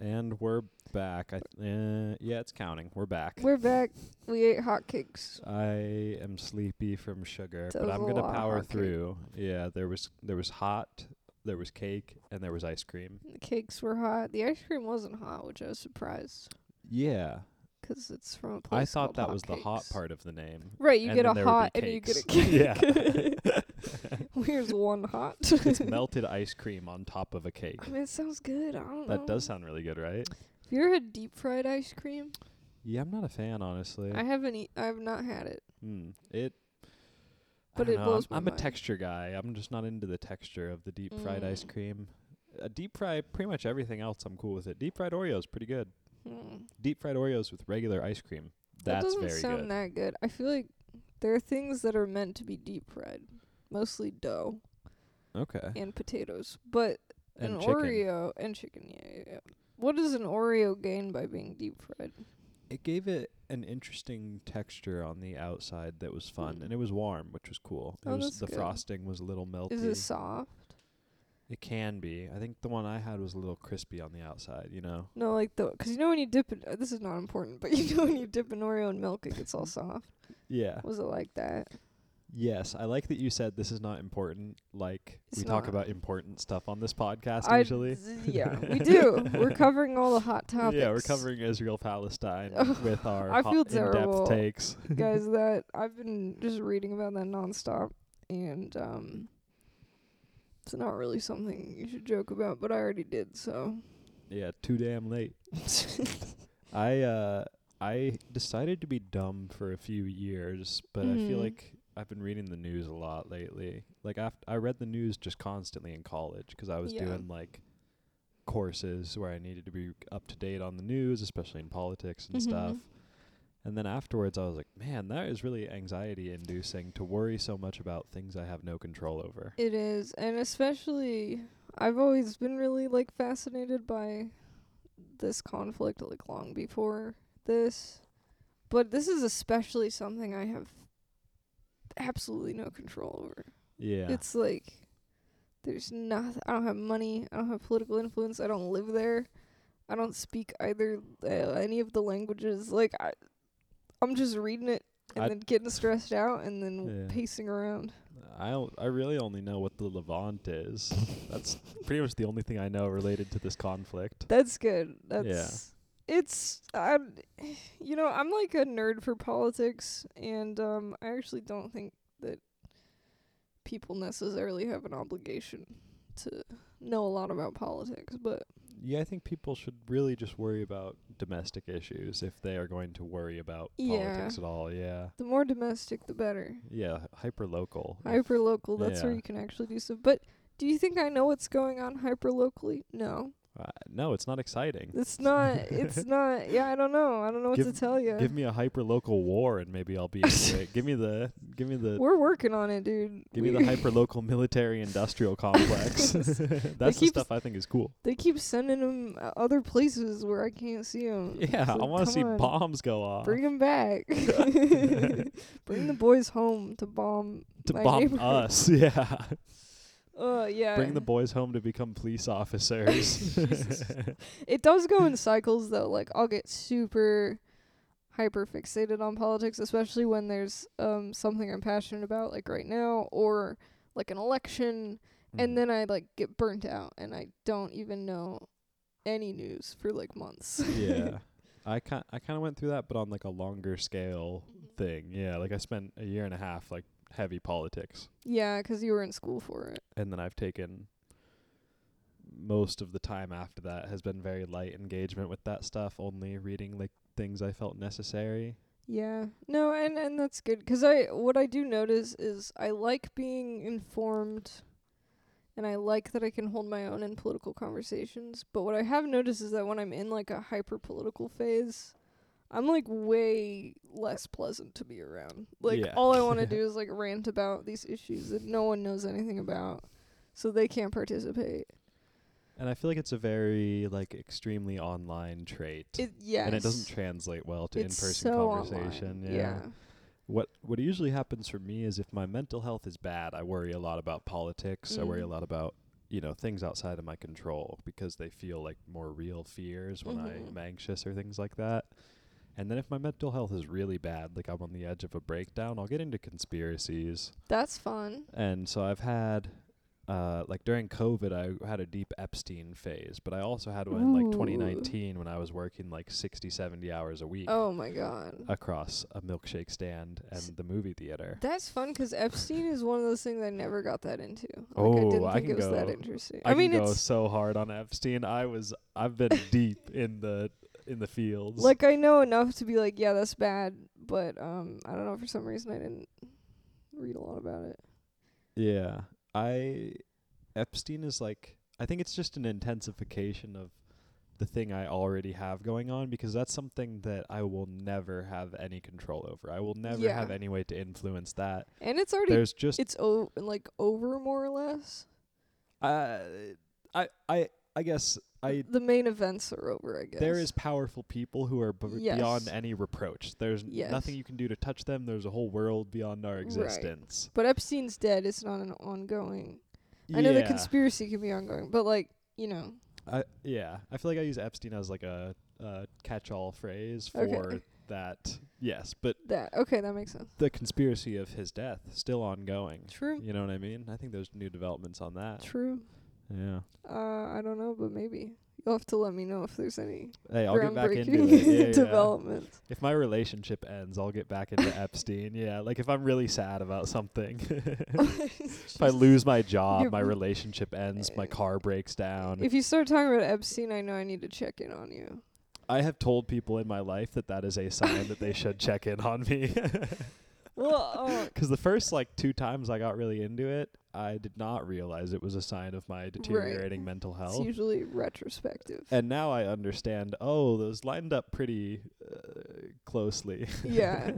S1: And we're back. I th- uh, yeah, it's counting. We're back.
S2: We're back. We ate hotcakes.
S1: I am sleepy from sugar,
S2: That
S1: but
S2: was
S1: I'm
S2: a
S1: gonna
S2: lot of
S1: power
S2: hot cake.
S1: through. Yeah, there was there was hot, there was cake, and there was ice cream.
S2: The cakes were hot. The ice cream wasn't hot, which I was surprised
S1: Yeah,
S2: 'cause it's from a place
S1: I thought
S2: called
S1: that was the hot
S2: Hotcakes.
S1: part of the name.
S2: Right, you
S1: and
S2: get
S1: then
S2: a
S1: there would be
S2: hot and you get a
S1: cakes.
S2: cake. Here's one hot.
S1: it's melted ice cream on top of a cake.
S2: I mean, it sounds good. I don't know.
S1: That does sound really good, right?
S2: Have you ever had deep fried ice cream?
S1: Yeah, I'm not a fan, honestly.
S2: I haven't. E- I've not had it.
S1: Mm, it. I
S2: But
S1: don't
S2: it
S1: know,
S2: blows
S1: I'm,
S2: my
S1: I'm a
S2: mind.
S1: texture guy. I'm just not into the texture of the deep fried ice
S2: Mm.
S1: cream. A deep fry, pretty much everything else, I'm cool with it. Deep fried Oreos, pretty good.
S2: Hmm.
S1: Deep fried Oreos with regular ice cream.
S2: that
S1: That's
S2: doesn't
S1: very
S2: sound
S1: good.
S2: that good. I feel like there are things that are meant to be deep fried, mostly dough
S1: okay.
S2: and potatoes, but
S1: And
S2: an
S1: chicken.
S2: Oreo and chicken. Yeah, yeah, yeah. What does an Oreo gain by being deep fried?
S1: It gave it an interesting texture on the outside that was fun,
S2: Mm.
S1: and it was warm, which was cool. It
S2: Oh,
S1: was
S2: that's
S1: the
S2: good.
S1: frosting was a little melty.
S2: Is it soft?
S1: it can be. I think the one I had was a little crispy on the outside. You know.
S2: No, like the because you know when you dip it. uh, This is not important, but you know when you dip an Oreo in milk, it gets all soft.
S1: Yeah.
S2: Was it like that?
S1: Yes, I like that you said this is not important. Like
S2: It's
S1: we talk
S2: not.
S1: about important stuff on this podcast
S2: I-
S1: usually.
S2: z- yeah, we do. We're covering all the hot topics.
S1: Yeah, we're covering Israel Palestine
S2: Ugh,
S1: with our
S2: I
S1: hot
S2: feel terrible.
S1: in-depth takes.
S2: guys that I've been just reading about that nonstop and um it's not really something you should joke about, but I already did, so
S1: Yeah, too damn late. I uh I decided to be dumb for a few years, but I feel
S2: Mhm.
S1: like I've been reading the news a lot lately. Like I I read the news just constantly in college 'cause I was
S2: Yeah.
S1: doing like courses where I needed to be up to date on the news, especially in politics and
S2: Mhm.
S1: stuff. And then afterwards, I was like, man, that is really anxiety inducing to worry so much about things I have no control over.
S2: it is. And especially I've always been really like fascinated by this conflict like long before this. But this is especially something I have absolutely no control over.
S1: Yeah.
S2: It's like there's nothing. I don't have money. I don't have political influence. I don't live there. I don't speak either uh, any of the languages. Like I, I'm just reading it and
S1: I-
S2: then getting stressed out and then w-
S1: Yeah.
S2: pacing around.
S1: I o- I really only know what the Levant is. That's pretty much the only thing I know related to this conflict.
S2: That's good. That's it's I'm you know, I'm like a nerd for politics and um I actually don't think that people necessarily have an obligation to know a lot about politics, but
S1: Yeah, I think people should really just worry about domestic issues if they are going to worry about
S2: Yeah.
S1: politics at all. Yeah.
S2: the more domestic the better.
S1: Yeah, hyper local.
S2: Hyper local, that's where
S1: yeah.
S2: you can actually do stuff. But do you think I know what's going on hyper locally? No.
S1: Uh, no, it's not exciting.
S2: It's not it's not yeah, I don't know. I don't know what to
S1: Give-
S2: tell you.
S1: Give me a hyper local war and maybe I'll be into it. Give me the give me the
S2: We're working on it, dude.
S1: give me
S2: We-
S1: the hyper local military industrial complex. That's the
S2: keeps-
S1: stuff I think is cool.
S2: They keep sending them other places where I can't see them.
S1: Yeah, I want to see bombs go off
S2: Bring them back. Bring the boys home to bomb.
S1: to
S2: my
S1: bomb
S2: neighborhood.
S1: us. Yeah.
S2: Uh, yeah.
S1: Bring the boys home to become police officers.
S2: it does go in cycles though. Like I'll get super hyper fixated on politics, especially when there's um something I'm passionate about, like right now, or like an election,
S1: Mm.
S2: and then I like get burnt out and I don't even know any news for like months.
S1: yeah. I kind I kind of went through that, but on like a longer scale
S2: Mm-hmm.
S1: thing. Yeah, like I spent a year and a half like heavy politics,
S2: yeah, 'cause you were in school for it.
S1: and then I've taken most of the time after that has been very light engagement with that stuff, only reading like things I felt necessary.
S2: Yeah. No, and and that's good 'cause I what I do notice is I like being informed and I like that I can hold my own in political conversations, but what I have noticed is that when I'm in like a hyper political phase, I'm like way less pleasant to be around. Like
S1: Yeah.
S2: all I want to do is like rant about these issues that no one knows anything about, so they can't participate.
S1: And I feel like it's a very like extremely online trait.
S2: It yes.
S1: And it doesn't translate well to
S2: It's
S1: in-person
S2: so online.
S1: conversation.
S2: yeah.
S1: What what usually happens for me is if my mental health is bad, I worry a lot about politics. I worry a
S2: Mhm.
S1: lot about you know things outside of my control because they feel like more real fears when
S2: Mhm.
S1: I'm anxious or things like that. And then if my mental health is really bad, like I'm on the edge of a breakdown, I'll get into conspiracies.
S2: That's fun.
S1: And so I've had uh, like during COVID, I had a deep Epstein phase, but I also had one in like
S2: Ooh.
S1: 2019 when I was working like 60, 70 hours a week
S2: Oh my god.
S1: across a milkshake stand
S2: S-
S1: and the movie theater.
S2: That's fun 'cause Epstein is one of those things I never got that into. Like, I
S1: Oh,
S2: didn't
S1: I
S2: think
S1: can
S2: it was that
S1: go-
S2: interesting.
S1: I,
S2: I, mean,
S1: can go
S2: it's
S1: so hard on Epstein. I was I've been deep in the in the fields.
S2: like I know enough to be like, yeah, that's bad, but um, I don't know for some reason I didn't read a lot about it.
S1: yeah, I Epstein is like I think it's just an intensification of the thing I already have going on because that's something that I will never have any control over. I will never
S2: Yeah.
S1: have any way to influence that.
S2: And it's already
S1: There's just
S2: it's o- like over more or less.
S1: uh, I I I guess I
S2: the main events are over, I guess.
S1: There is powerful people who are b-
S2: Yes.
S1: beyond any reproach. There's n-
S2: Yes.
S1: nothing you can do to touch them. There's a whole world beyond our
S2: Right.
S1: existence.
S2: but Epstein's dead. It's not an ongoing. I know the
S1: Yeah.
S2: conspiracy can be ongoing, but like you know,
S1: I, yeah, I feel like I use Epstein as like a, a catch-all phrase for
S2: Okay.
S1: that. Yes, but
S2: that okay, that makes sense.
S1: the conspiracy of his death still ongoing.
S2: True.
S1: You know what I mean? I think there's new developments on that.
S2: True.
S1: Yeah.
S2: Uh, I don't know, but maybe you'll have to let me know if there's any
S1: Hey, I'll get back into
S2: groundbreaking
S1: it. Yeah, yeah.
S2: developments.
S1: If my relationship ends, I'll get back into Epstein. Yeah, like if I'm really sad about something. If I lose my job,
S2: You-
S1: my relationship ends, my car breaks down.
S2: uh, If you start talking about Epstein, I know I need to check in on you.
S1: I have told people in my life that that is a sign that they should check in on me.
S2: Well, uh,
S1: Because the first like two times I got really into it, I did not realize it was a sign of my deteriorating mental
S2: it's
S1: health.
S2: usually retrospective.
S1: And now I understand. Oh, those lined up pretty uh, closely.
S2: yeah,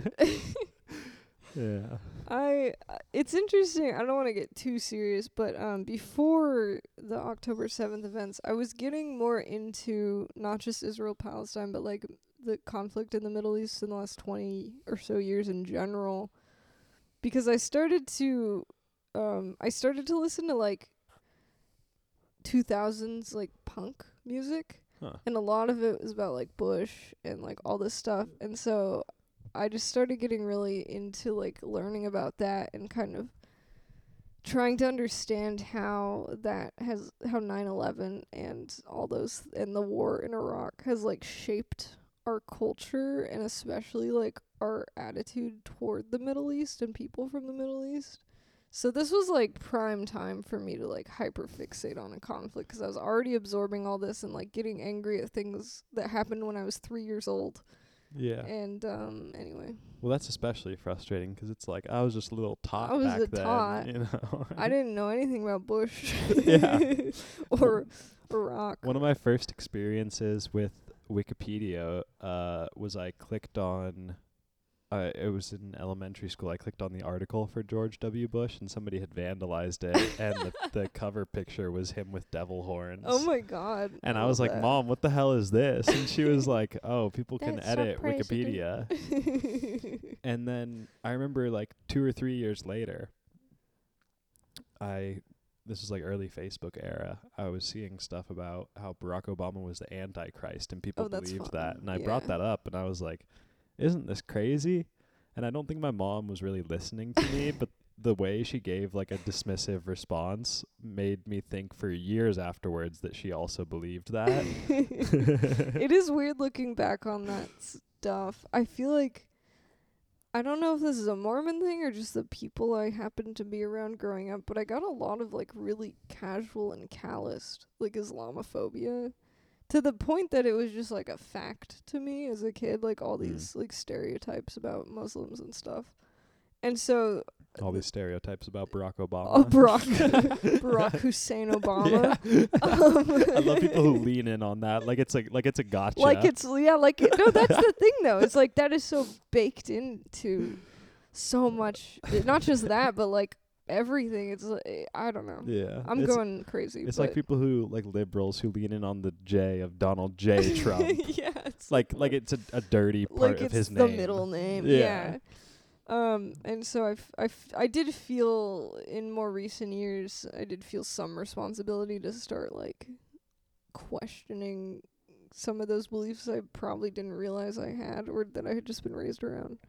S1: yeah.
S2: I. uh, It's interesting. I don't want to get too serious, but um, before the October seventh events, I was getting more into not just Israel Palestine, but like the conflict in the Middle East in the last twenty or so years in general, because I started to, um, I started to listen to like. 2000s like punk music
S1: Huh.
S2: and a lot of it was about like Bush and like all this stuff. And so I just started getting really into like learning about that and kind of trying to understand how that has how 9/11 and all those and the war in Iraq has like shaped our culture and especially like our attitude toward the Middle East and people from the Middle East. So this was like prime time for me to like hyperfixate on a conflict because I was already absorbing all this and like getting angry at things that happened when I was 3 years old.
S1: Yeah.
S2: And um anyway,
S1: Well, that's especially frustrating 'cause it's like I was just a little tot
S2: I was
S1: back
S2: a
S1: then,
S2: tot.
S1: you know.
S2: I didn't know anything about Bush.
S1: Yeah.
S2: or Iraq.
S1: One of my first experiences with Wikipedia uh, was I clicked on. Uh, it was in elementary school. I clicked on the article for George W. Bush, and somebody had vandalized it, and the, the cover picture was him with devil horns.
S2: Oh my god.
S1: and I
S2: love
S1: was like,
S2: that.
S1: "Mom, what the hell is this?" And she was like, "Oh, people can
S2: That's our
S1: edit
S2: president."
S1: Wikipedia." And then I remember like two or three years later, I this was like early Facebook era. I was seeing stuff about how Barack Obama was the Antichrist and people
S2: Oh, that's
S1: believed
S2: fun.
S1: that. And I brought
S2: Yeah.
S1: that up and I was like, Isn't this crazy? And I don't think my mom was really listening to me, but the way she gave like a dismissive response made me think for years afterwards that she also believed that.
S2: it is weird looking back on that stuff. I feel like I don't know if this is a Mormon thing or just the people I happened to be around growing up, but I got a lot of like really casual and calloused like Islamophobia to the point that it was just like a fact to me as a kid, like all
S1: Mm.
S2: these like stereotypes about Muslims and stuff. And so
S1: All these stereotypes about Barack Obama.
S2: uh, Barack Barack Hussein Obama. Um,
S1: I love people who lean in on that. Like it's like like it's a gotcha.
S2: Like it's yeah, like it, no, that's the thing though. It's like that is so baked into so much. Not just that, but like everything. It's like, I don't know.
S1: yeah.
S2: I'm
S1: it's,
S2: going crazy.
S1: It's like
S2: but-
S1: people who like liberals who lean in on the J of Donald J. Trump.
S2: yeah, it's
S1: like like it's a, a dirty part
S2: like
S1: of
S2: it's
S1: his
S2: the
S1: name.
S2: middle name.
S1: Yeah.
S2: Yeah. Um, and so I, f- I, f- I did feel in more recent years, I did feel some responsibility to start like questioning some of those beliefs I probably didn't realize I had or that I had just been raised around.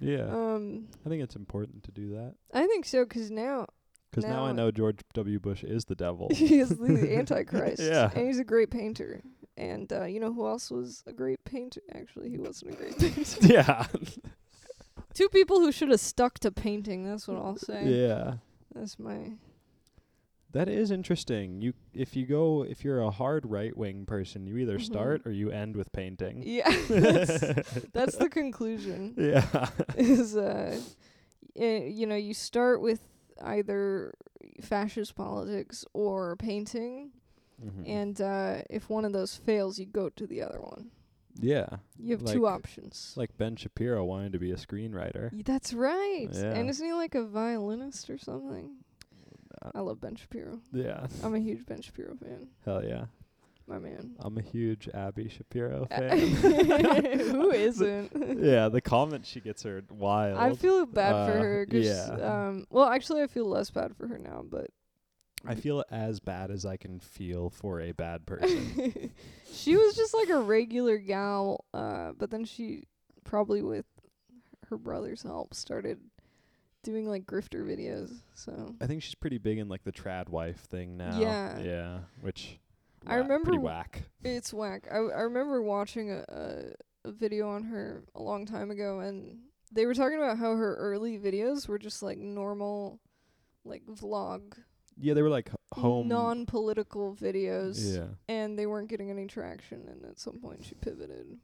S1: Yeah.
S2: Um,
S1: I think it's important to do that
S2: I think so, 'cause now
S1: 'cause now I
S2: Now-
S1: know George W. Bush is the devil.
S2: he is the Antichrist,
S1: Yeah.
S2: and he's a great painter. And uh, you know who else was a great painter? Actually, he wasn't a great painter.
S1: yeah.
S2: Two people who should have stuck to painting. That's what I'll say.
S1: Yeah.
S2: That's my.
S1: That is interesting. You if you go if you're a hard right wing person, you either
S2: Mhm.
S1: start or you end with painting.
S2: Yeah, that's, that's the conclusion.
S1: yeah.
S2: Is uh, y- you know, you start with either fascist politics or painting,
S1: Mhm.
S2: and uh, if one of those fails, you go to the other one.
S1: yeah.
S2: You have two
S1: Like-
S2: options.
S1: It's like Ben Shapiro wanting to be a screenwriter.
S2: Y- That's right.
S1: Yeah.
S2: And isn't he like a violinist or something? I love Ben Shapiro.
S1: Yeah.
S2: I'm a huge Ben Shapiro fan.
S1: Hell yeah.
S2: My man.
S1: I'm a huge Abby Shapiro fan.
S2: Uh, Who isn't?
S1: yeah, the comments she gets are wild.
S2: I feel bad for
S1: Uh,
S2: her 'cause
S1: yeah.
S2: um, well, actually, I feel less bad for her now, but
S1: I feel as bad as I can feel for a bad person.
S2: she was just like a regular gal. Uh, but then she probably with her brother's help started doing like grifter videos. So
S1: I think she's pretty big in like the trad wife thing now.
S2: Yeah.
S1: Yeah. Which
S2: I
S1: wha-
S2: remember
S1: pretty
S2: w-
S1: whack.
S2: It's whack. I I remember watching a, a a video on her a long time ago, and they were talking about how her early videos were just like normal, like vlog,
S1: Yeah, they were like h- home
S2: non-political videos,
S1: Yeah.
S2: and they weren't getting any traction. And at some point, she pivoted.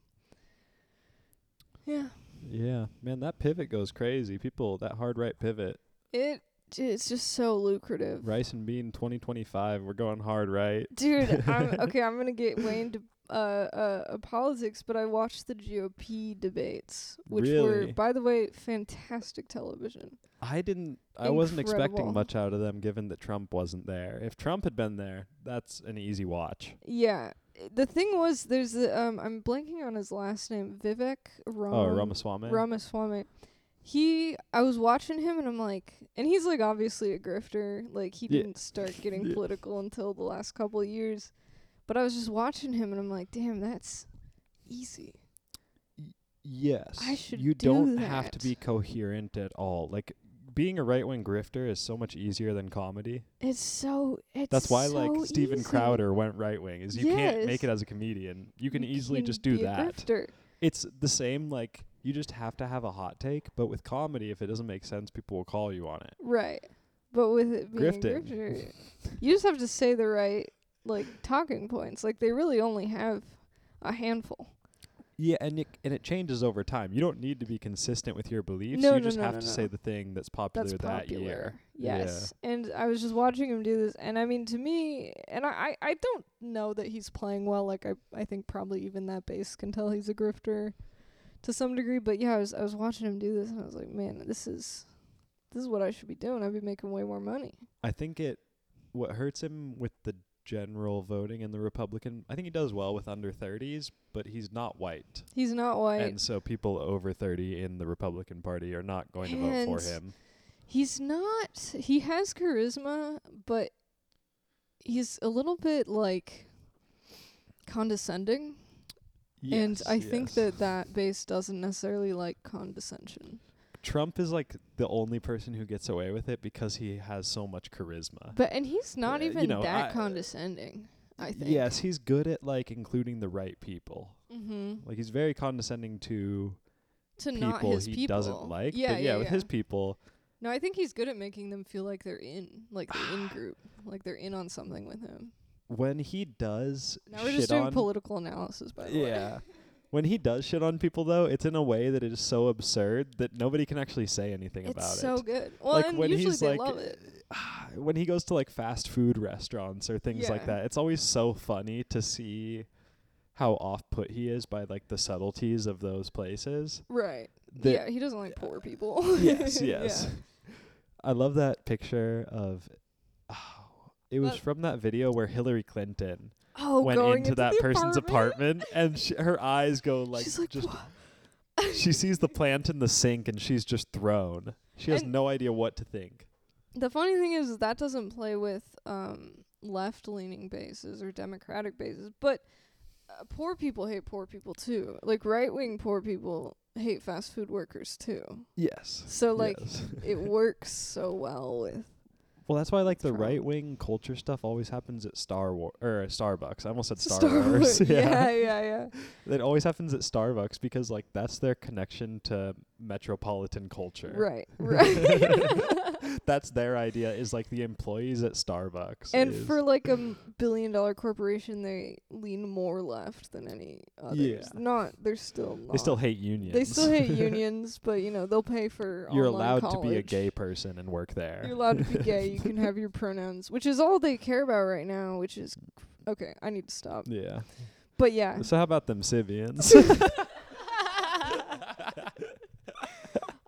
S2: Yeah,
S1: Yeah. Man, that pivot goes crazy. People that hard right pivot.
S2: it it's just so lucrative,
S1: Rice and bean twenty twenty five. We're going hard right.
S2: dude. I'm okay. I'm gonna get way into uh, uh, uh politics, but I watched the GOP debates, which
S1: Really?
S2: were, by the way, fantastic television.
S1: I didn't. I wasn't expecting
S2: Incredible.
S1: much out of them, given that Trump wasn't there. If Trump had been there, that's an easy watch.
S2: Yeah. The thing was, there's a, um, I'm blanking on his last name, Vivek Ram,
S1: oh, Ramaswamy.
S2: Ramaswamy. He, I was watching him and I'm like, and he's like obviously a grifter. Like he
S1: Yeah.
S2: didn't start getting
S1: Yeah.
S2: political until the last couple of years. But I was just watching him and I'm like, damn, that's easy.
S1: Yes.
S2: I should
S1: you
S2: do
S1: not have to
S2: that.
S1: be coherent at all. Like being a right wing grifter is so much easier than comedy.
S2: It's so. It's
S1: That's why
S2: so
S1: like Steven
S2: easy.
S1: Crowder went right wing is you can't
S2: Yes.
S1: make it as a comedian. You can easily
S2: can
S1: just do
S2: be a
S1: that.
S2: grifter.
S1: It's the same like you just have to have a hot take, but with comedy if it doesn't make sense people will call you on it.
S2: Right. But with it being a
S1: Grifting.
S2: grifter, you just have to say the right like talking points. Like they really only have a handful.
S1: Yeah, and it and it changes over time. You don't need to be consistent with your beliefs. you
S2: No, no,
S1: just
S2: no,
S1: have
S2: no,
S1: to
S2: no.
S1: say the thing that's popular
S2: That's
S1: that
S2: popular.
S1: year. Yeah.
S2: Yes. And I was just watching him do this and I mean to me and I, I, I don't know that he's playing well, like I I think probably even that bass can tell he's a grifter to some degree. But yeah, I was I was watching him do this and I was like, Man, this is this is what I should be doing. I'd be making way more money.
S1: I think it what hurts him with the general voting in the Republican. I think he does well with under 30s, but he's not white.
S2: He's not white.
S1: And so people over 30 in the Republican Party are not going to vote for
S2: And-
S1: him.
S2: He's not. He has charisma, but he's a little bit like condescending, and I think that that base doesn't necessarily like condescension.
S1: Trump is like the only person who gets away with it because he has so much charisma.
S2: But and he's not
S1: Uh-huh. Yeah, you
S2: even
S1: know,
S2: that
S1: I- uh,
S2: condescending. I think.
S1: Yes, he's good at like including the right people.
S2: Mm-hmm.
S1: Like he's very condescending to
S2: To not
S1: people
S2: his
S1: he
S2: people.
S1: doesn't like.
S2: Yeah,
S1: but yeah,
S2: yeah,
S1: with
S2: yeah.
S1: his people,
S2: No, I think he's good at making them feel like they're in, like the in group, like they're in on something with him.
S1: when he does
S2: Now
S1: shit
S2: we're just doing
S1: on
S2: political analysis, by the way.
S1: Yeah. When he does shit on people though, it's in a way that it is so absurd that nobody can actually say anything
S2: It's
S1: about
S2: so
S1: it.
S2: good. Well,
S1: Like,
S2: and
S1: when
S2: usually
S1: he's
S2: they
S1: like-
S2: love it.
S1: When he goes to like fast food restaurants or things like
S2: Yeah.
S1: that, it's always so funny to see how off put he is by like the subtleties of those places.
S2: Right.
S1: that-
S2: yeah, he doesn't like poor people.
S1: yes,
S2: Yeah.
S1: yes. I love that picture of oh, it was
S2: That-
S1: from that video where Hillary Clinton
S2: Oh,
S1: went
S2: going
S1: into,
S2: into,
S1: that
S2: the
S1: person's apartment, and sh- her eyes go like
S2: She's like,
S1: just
S2: "What?"
S1: she sees the plant in the sink and she's just thrown. She has
S2: And-
S1: no idea what to think.
S2: the funny thing is that doesn't play with um left-leaning bases or democratic bases, but uh, poor people hate poor people too. Like right-wing poor people hate fast food workers too.
S1: Yes.
S2: So like it works so well with
S1: well, that's why like the
S2: Trump.
S1: right wing culture stuff always happens at Star War or uh, Starbucks. I almost said Star,
S2: Star
S1: Wars.
S2: Wars. yeah, yeah, yeah.
S1: it always happens at Starbucks because like that's their connection to metropolitan culture.
S2: Right, right.
S1: That's their idea is like the employees at Starbucks.
S2: And
S1: is-
S2: for like a m- billion dollar corporation, they lean more left than any others.
S1: Yeah.
S2: Not they're still not.
S1: they still hate unions.
S2: They still hate unions, but you know they'll pay for.
S1: You're
S2: online
S1: allowed to be a
S2: college.
S1: gay person and work there.
S2: You're allowed to be gay. You can have your pronouns, which is all they care about right now. Which is okay. I need to stop.
S1: yeah.
S2: But yeah.
S1: So how about them Civians?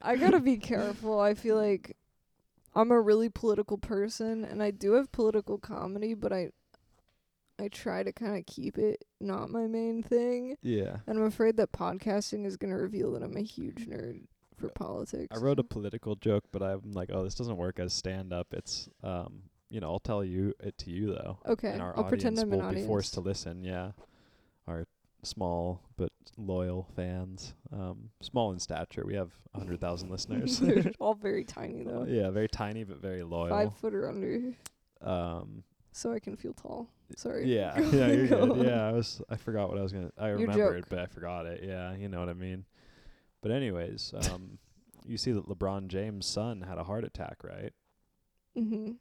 S2: I gotta be careful. I feel like I'm a really political person, and I do have political comedy, but I I try to kind of keep it not my main thing.
S1: yeah.
S2: And I'm afraid that podcasting is gonna reveal that I'm a huge nerd for politics.
S1: I wrote a political joke, but I'm like, oh, this doesn't work as stand up. It's um, you know, I'll tell you it to you though.
S2: okay.
S1: and our
S2: I'll
S1: audience
S2: pretend I'm
S1: will
S2: an audience.
S1: be forced to listen. Yeah, our small but loyal fans, um, small in stature. We have a hundred thousand listeners.
S2: They're all very tiny
S1: Uh,
S2: though.
S1: yeah, very tiny but very loyal.
S2: Five foot or under,
S1: Um,
S2: so I can feel tall. Sorry.
S1: yeah,
S2: Go-
S1: yeah, you're
S2: go
S1: good.
S2: on.
S1: Yeah, I was. I forgot what I was gonna. I
S2: Your
S1: remembered,
S2: joke.
S1: but I forgot it. Yeah, you know what I mean. But anyways, um, you see that LeBron James' son had a heart attack, right?
S2: Mhm.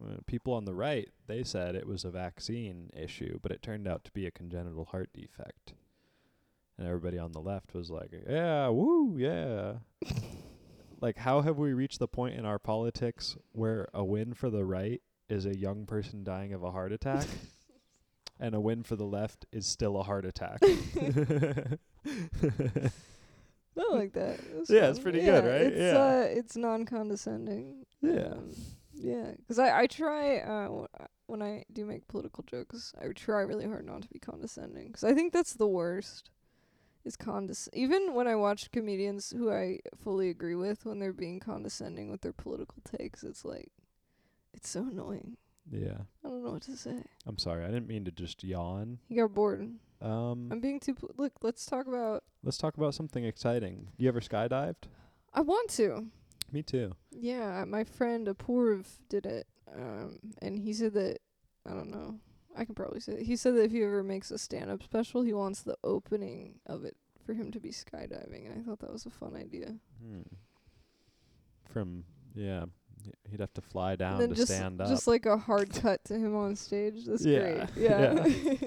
S1: Uh, people on the right, they said it was a vaccine issue, but it turned out to be a congenital heart defect. And everybody on the left was like, yeah, woo, yeah. like, how have we reached the point in our politics where a win for the right is a young person dying of a heart attack, and a win for the left is still a heart attack?
S2: I like that. It was
S1: Yeah, it's
S2: fun.
S1: pretty good, right?
S2: It's,
S1: Yeah.
S2: uh, it's non-condescending.
S1: Yeah.
S2: Um, yeah, because I I try uh, w- uh, when I do make political jokes, I try really hard not to be condescending. 'Cause I think that's the worst. Is condes even when I watch comedians who I fully agree with when they're being condescending with their political takes, it's like, it's so annoying.
S1: Yeah.
S2: I don't know what to say.
S1: I'm sorry. I didn't mean to just yawn.
S2: He got bored. I'm
S1: Um,
S2: being too. Pl- Look, let's talk about.
S1: let's talk about something exciting. You ever skydived?
S2: I want to.
S1: Me too.
S2: Yeah, my friend Apurv did it, um, and he said that I don't know. I can probably say it. he said that if he ever makes a stand-up special, he wants the opening of it for him to be skydiving, and I thought that was a fun idea.
S1: Hmm. From yeah, y- he'd have to fly down
S2: and then
S1: to
S2: just
S1: stand up.
S2: just like a hard cut to him on stage. That's
S1: Yeah,
S2: great. Yeah.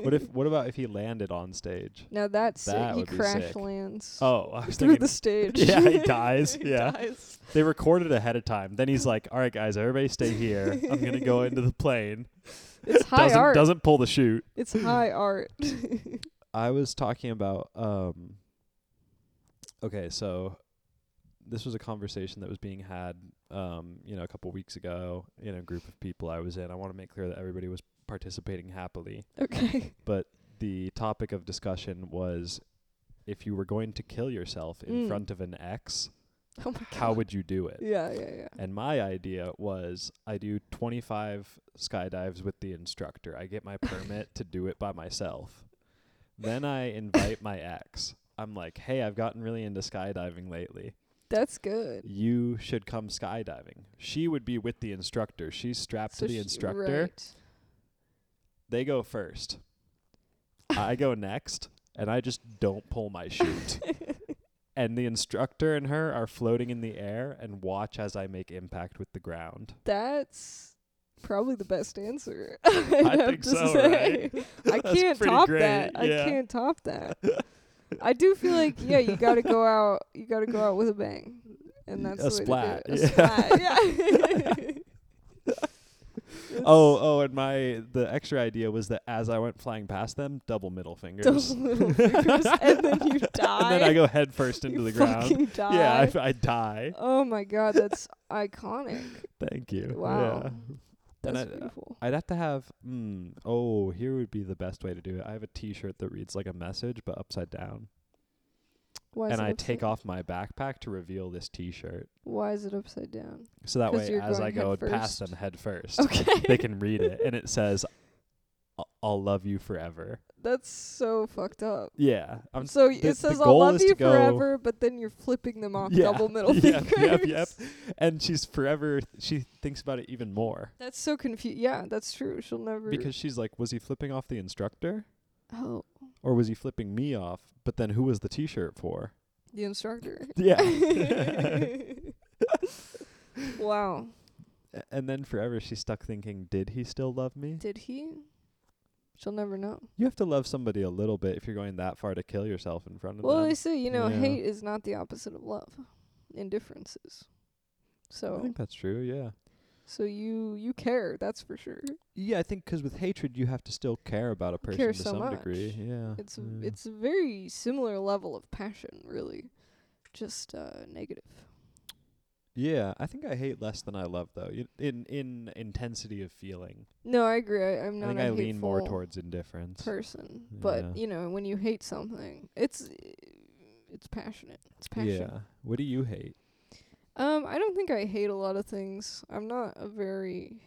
S1: what if? What about if he landed on stage?
S2: now that's
S1: That
S2: it. he
S1: would be
S2: crash
S1: sick.
S2: lands
S1: Oh, I was
S2: through
S1: thinking
S2: the stage.
S1: Yeah, he dies,
S2: He
S1: yeah.
S2: dies.
S1: they recorded ahead of time. Then he's like, "All right, guys, everybody stay here. I'm gonna go into the plane."
S2: It's high
S1: doesn't
S2: art.
S1: doesn't pull the chute.
S2: It's high art.
S1: I was talking about um okay, so this was a conversation that was being had um, you know, a couple weeks ago in a group of people I was in. I want to make clear that everybody was participating happily.
S2: okay.
S1: But the topic of discussion was if you were going to kill yourself in
S2: Mm.
S1: front of an ex,
S2: Oh my god.
S1: how would you do it?
S2: Yeah, yeah, yeah.
S1: And my idea was I do 25 skydives with the instructor. I get my permit to do it by myself. Then I invite my ex. I'm like, hey, I've gotten really into skydiving lately.
S2: That's good.
S1: You should come skydiving. She would be with the instructor. She's strapped to the
S2: she-
S1: instructor.
S2: right.
S1: They go first. I go next, and I just don't pull my chute. and the instructor and her are floating in the air and watch as I make impact with the ground.
S2: That's probably the best answer. I
S1: think so, right?
S2: I
S1: That's
S2: can't
S1: pretty
S2: top
S1: great,
S2: that. I
S1: yeah.
S2: can't top that. I do feel like yeah, you got to go out. You got to go out with a bang, and
S1: Y-
S2: that's
S1: a
S2: the
S1: splat,
S2: Way to do
S1: yeah.
S2: it. A splat. Yeah.
S1: Oh, oh, and my the extra idea was that as I went flying past them, double middle fingers,
S2: Double middle fingers, and then you
S1: and then
S2: die.
S1: I go head first into the
S2: You
S1: ground.
S2: fucking Die.
S1: Yeah, I, f- I die.
S2: oh my god, that's iconic.
S1: Thank you.
S2: Wow.
S1: Yeah. And
S2: That's
S1: I- uh,
S2: beautiful.
S1: I'd have to have. Mm, oh, here would be the best way to do it. I have a T-shirt that reads like a message, but upside down,
S2: Why is
S1: and
S2: it
S1: I
S2: upside-
S1: take off my backpack to reveal this T-shirt.
S2: Why is it upside down?
S1: So that
S2: 'Cause
S1: way,
S2: you're
S1: as I
S2: going head
S1: go past
S2: first.
S1: them head first,
S2: Okay.
S1: they can read it, and it says, "I'll- "I'll love you forever."
S2: That's so fucked up.
S1: Yeah, I'm
S2: so
S1: Um, the- the
S2: it says
S1: goal
S2: "I'll love
S1: is to
S2: you
S1: go-
S2: forever," but then you're flipping them off
S1: Yeah,
S2: double middle
S1: yep,
S2: fingers.
S1: yep, yep. and she's forever she thinks about it even more
S2: That's so confused. Yeah, that's true. She'll never.
S1: because she's like was he flipping off the instructor
S2: oh,
S1: or was he flipping me off but then who was the t-shirt for
S2: the instructor.
S1: yeah
S2: wow.
S1: and then forever she's stuck thinking did he still love me
S2: Did he? She'll never know.
S1: you have to love somebody a little bit if you're going that far to kill yourself in front of
S2: Well,
S1: them
S2: they say you know
S1: Yeah.
S2: hate is not the opposite of love. Indifference is.
S1: i
S2: So
S1: think that's true yeah
S2: so you you care. That's for sure.
S1: yeah i think 'cause with hatred you have to still care about a person
S2: Care
S1: to
S2: so
S1: some
S2: much.
S1: degree yeah
S2: It's a-
S1: yeah.
S2: it's a very similar level of passion, really. Just uh, negative.
S1: yeah i think i hate less than i love though y- in in intensity of feeling
S2: No, I agree. I, I'm
S1: I
S2: not
S1: think
S2: a
S1: I lean more
S2: hateful
S1: towards indifference.
S2: person,
S1: Yeah.
S2: but you know, when you hate something, it's it's passionate. It's passion.
S1: Yeah. What do you hate?
S2: Um, I don't think I hate a lot of things. I'm not a very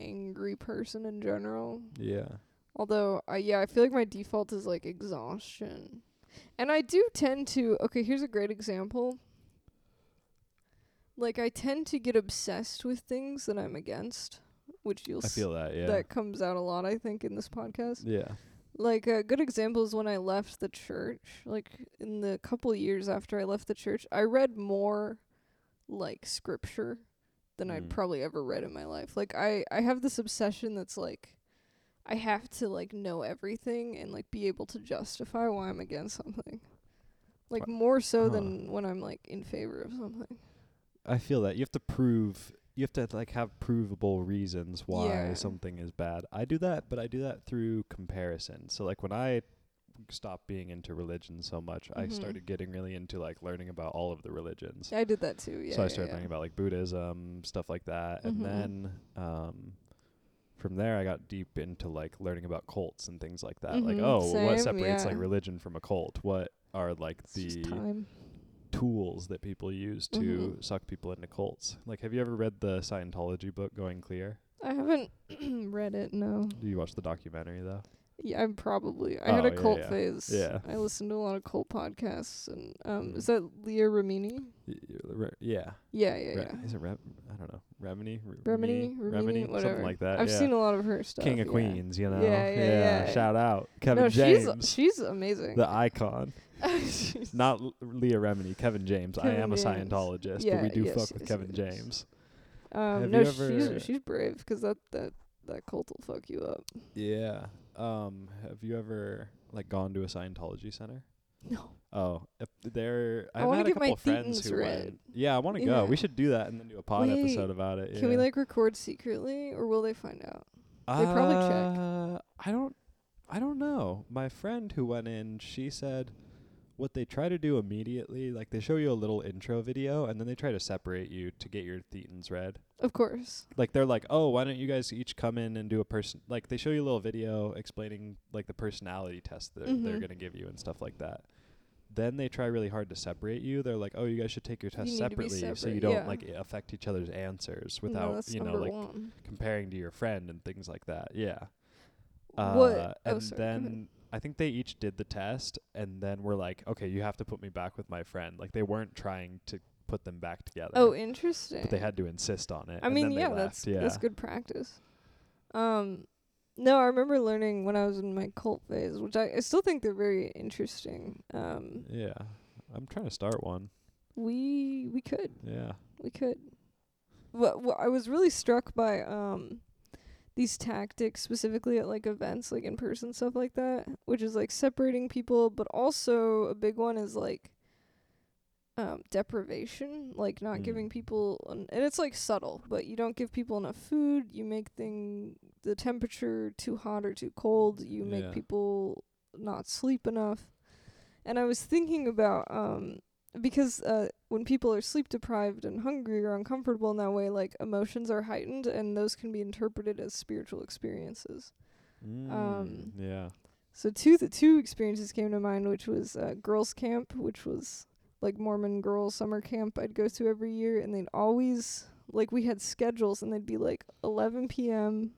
S2: angry person in general.
S1: Yeah.
S2: Although, I yeah, I feel like my default is like exhaustion. And I do tend to, okay, here's a great example. Like, I tend to get obsessed with things that I'm against, which you'll
S1: I
S2: s-
S1: feel that, yeah.
S2: that comes out a lot, I think, in this podcast.
S1: yeah.
S2: Like, a good example is when I left the church. Like, in the couple years after I left the church, I read more, like, scripture than I'd
S1: Mm.
S2: probably ever read in my life. Like, I, I have this obsession that's like, I have to, like, know everything and, like, be able to justify why I'm against something. Like,
S1: Wha-
S2: more so
S1: huh.
S2: than when I'm, like, in favor of something.
S1: I feel that. You have to prove you have to like have provable reasons why
S2: Yeah.
S1: something is bad. I do that, but I do that through comparison. So like when I stopped being into religion so much, I
S2: Mhm.
S1: started getting really into like learning about all of the religions.
S2: I did that too, yeah.
S1: so I
S2: yeah,
S1: started
S2: yeah.
S1: learning about like Buddhism, stuff like that,
S2: Mhm.
S1: and then um, from there I got deep into like learning about cults and things like that. Like,
S2: Mhm,
S1: oh, well, what
S2: same,
S1: separates like
S2: yeah.
S1: religion from a cult? What are like
S2: It's just
S1: the
S2: time.
S1: tools that people use to
S2: Mhm.
S1: suck people into cults? Like, have you ever read the Scientology book Going Clear?
S2: I haven't read it. No.
S1: Do you watch the documentary though?
S2: Yeah, I'm probably. I had
S1: Oh,
S2: a
S1: yeah,
S2: cult
S1: yeah.
S2: phase.
S1: Yeah.
S2: I listened to a lot of cult podcasts, and um,
S1: Mhm.
S2: is that Leah Remini?
S1: Y- y- Re- yeah.
S2: Yeah, yeah,
S1: Re-
S2: yeah.
S1: Is it Rem? I don't know. Remini. Re-
S2: Remini, Remini, whatever.
S1: something like that.
S2: I've
S1: yeah.
S2: seen a lot of her stuff.
S1: King of
S2: yeah.
S1: Queens. You know.
S2: Yeah, yeah, yeah.
S1: Shout out Kevin
S2: no,
S1: James,
S2: she's she's amazing.
S1: the icon.
S2: She's-
S1: Not L- Leah Remini. Kevin James. I
S2: Kevin
S1: am a
S2: James.
S1: Scientologist, but
S2: Yeah,
S1: we do
S2: yes,
S1: fuck with
S2: yes,
S1: Kevin
S2: yes.
S1: James.
S2: um,
S1: have
S2: no,
S1: you ever-
S2: she's she's brave because that that that cult will fuck you up.
S1: Yeah. Um. Have you ever like gone to a Scientology center?
S2: No.
S1: Oh, if there.
S2: I
S1: I've
S2: wanna
S1: had a
S2: get my
S1: couple friends
S2: thetans
S1: who
S2: read.
S1: went. Yeah, I want to go.
S2: Yeah.
S1: We should do that and then do a pod
S2: Wait,
S1: episode about it.
S2: Can we
S1: yeah.
S2: like record secretly, or will they find out? They probably check.
S1: Uh, I don't. I don't know. My friend who went in, she said what they try to do immediately, like they show you a little intro video and then they try to separate you to get your thetans read.
S2: Of course.
S1: Like they're like, "Oh, why don't you guys each come in and do a person like they show you a little video explaining like the personality test that they're
S2: Mhm.
S1: going to give you and stuff like that." Then they try really hard to separate you. They're like, "Oh, you guys should take your test
S2: need to be
S1: separately so you
S2: separate,
S1: don't
S2: yeah.
S1: like i- affect each other's answers
S2: No,
S1: without,
S2: that's
S1: you know,
S2: number
S1: like
S2: one.
S1: comparing to your friend and things like that. Yeah.
S2: what?
S1: Uh,
S2: oh,
S1: And
S2: sorry, go ahead.
S1: then I think they each did the test, and then we're like, okay, you have to put me back with my friend. Like they weren't trying to put them back together.
S2: Oh, interesting.
S1: but they had to insist on it.
S2: I
S1: and
S2: mean,
S1: then they
S2: yeah,
S1: left.
S2: that's
S1: yeah.
S2: that's good practice. Um, no, I remember learning when I was in my cult phase, which I, I still think they're very interesting. Um,
S1: Yeah, I'm trying to start one.
S2: we we could
S1: Yeah.
S2: we could. What, what I was really struck by um these tactics specifically at like events, like in person stuff like that, which is like separating people, but also a big one is like um deprivation, like not
S1: Mm.
S2: giving people an, and it's like subtle, but you don't give people enough food, you make thing the temperature too hot or too cold, you make
S1: Yeah.
S2: people not sleep enough. And I was thinking about um because uh, when people are sleep deprived and hungry or uncomfortable in that way, like emotions are heightened, and those can be interpreted as spiritual experiences. Um,
S1: Mm, yeah.
S2: So two the two experiences came to mind, which was uh, girls' camp, which was like Mormon girls' summer camp I'd go to every year, and they'd always like we had schedules, and they'd be like 11 p.m.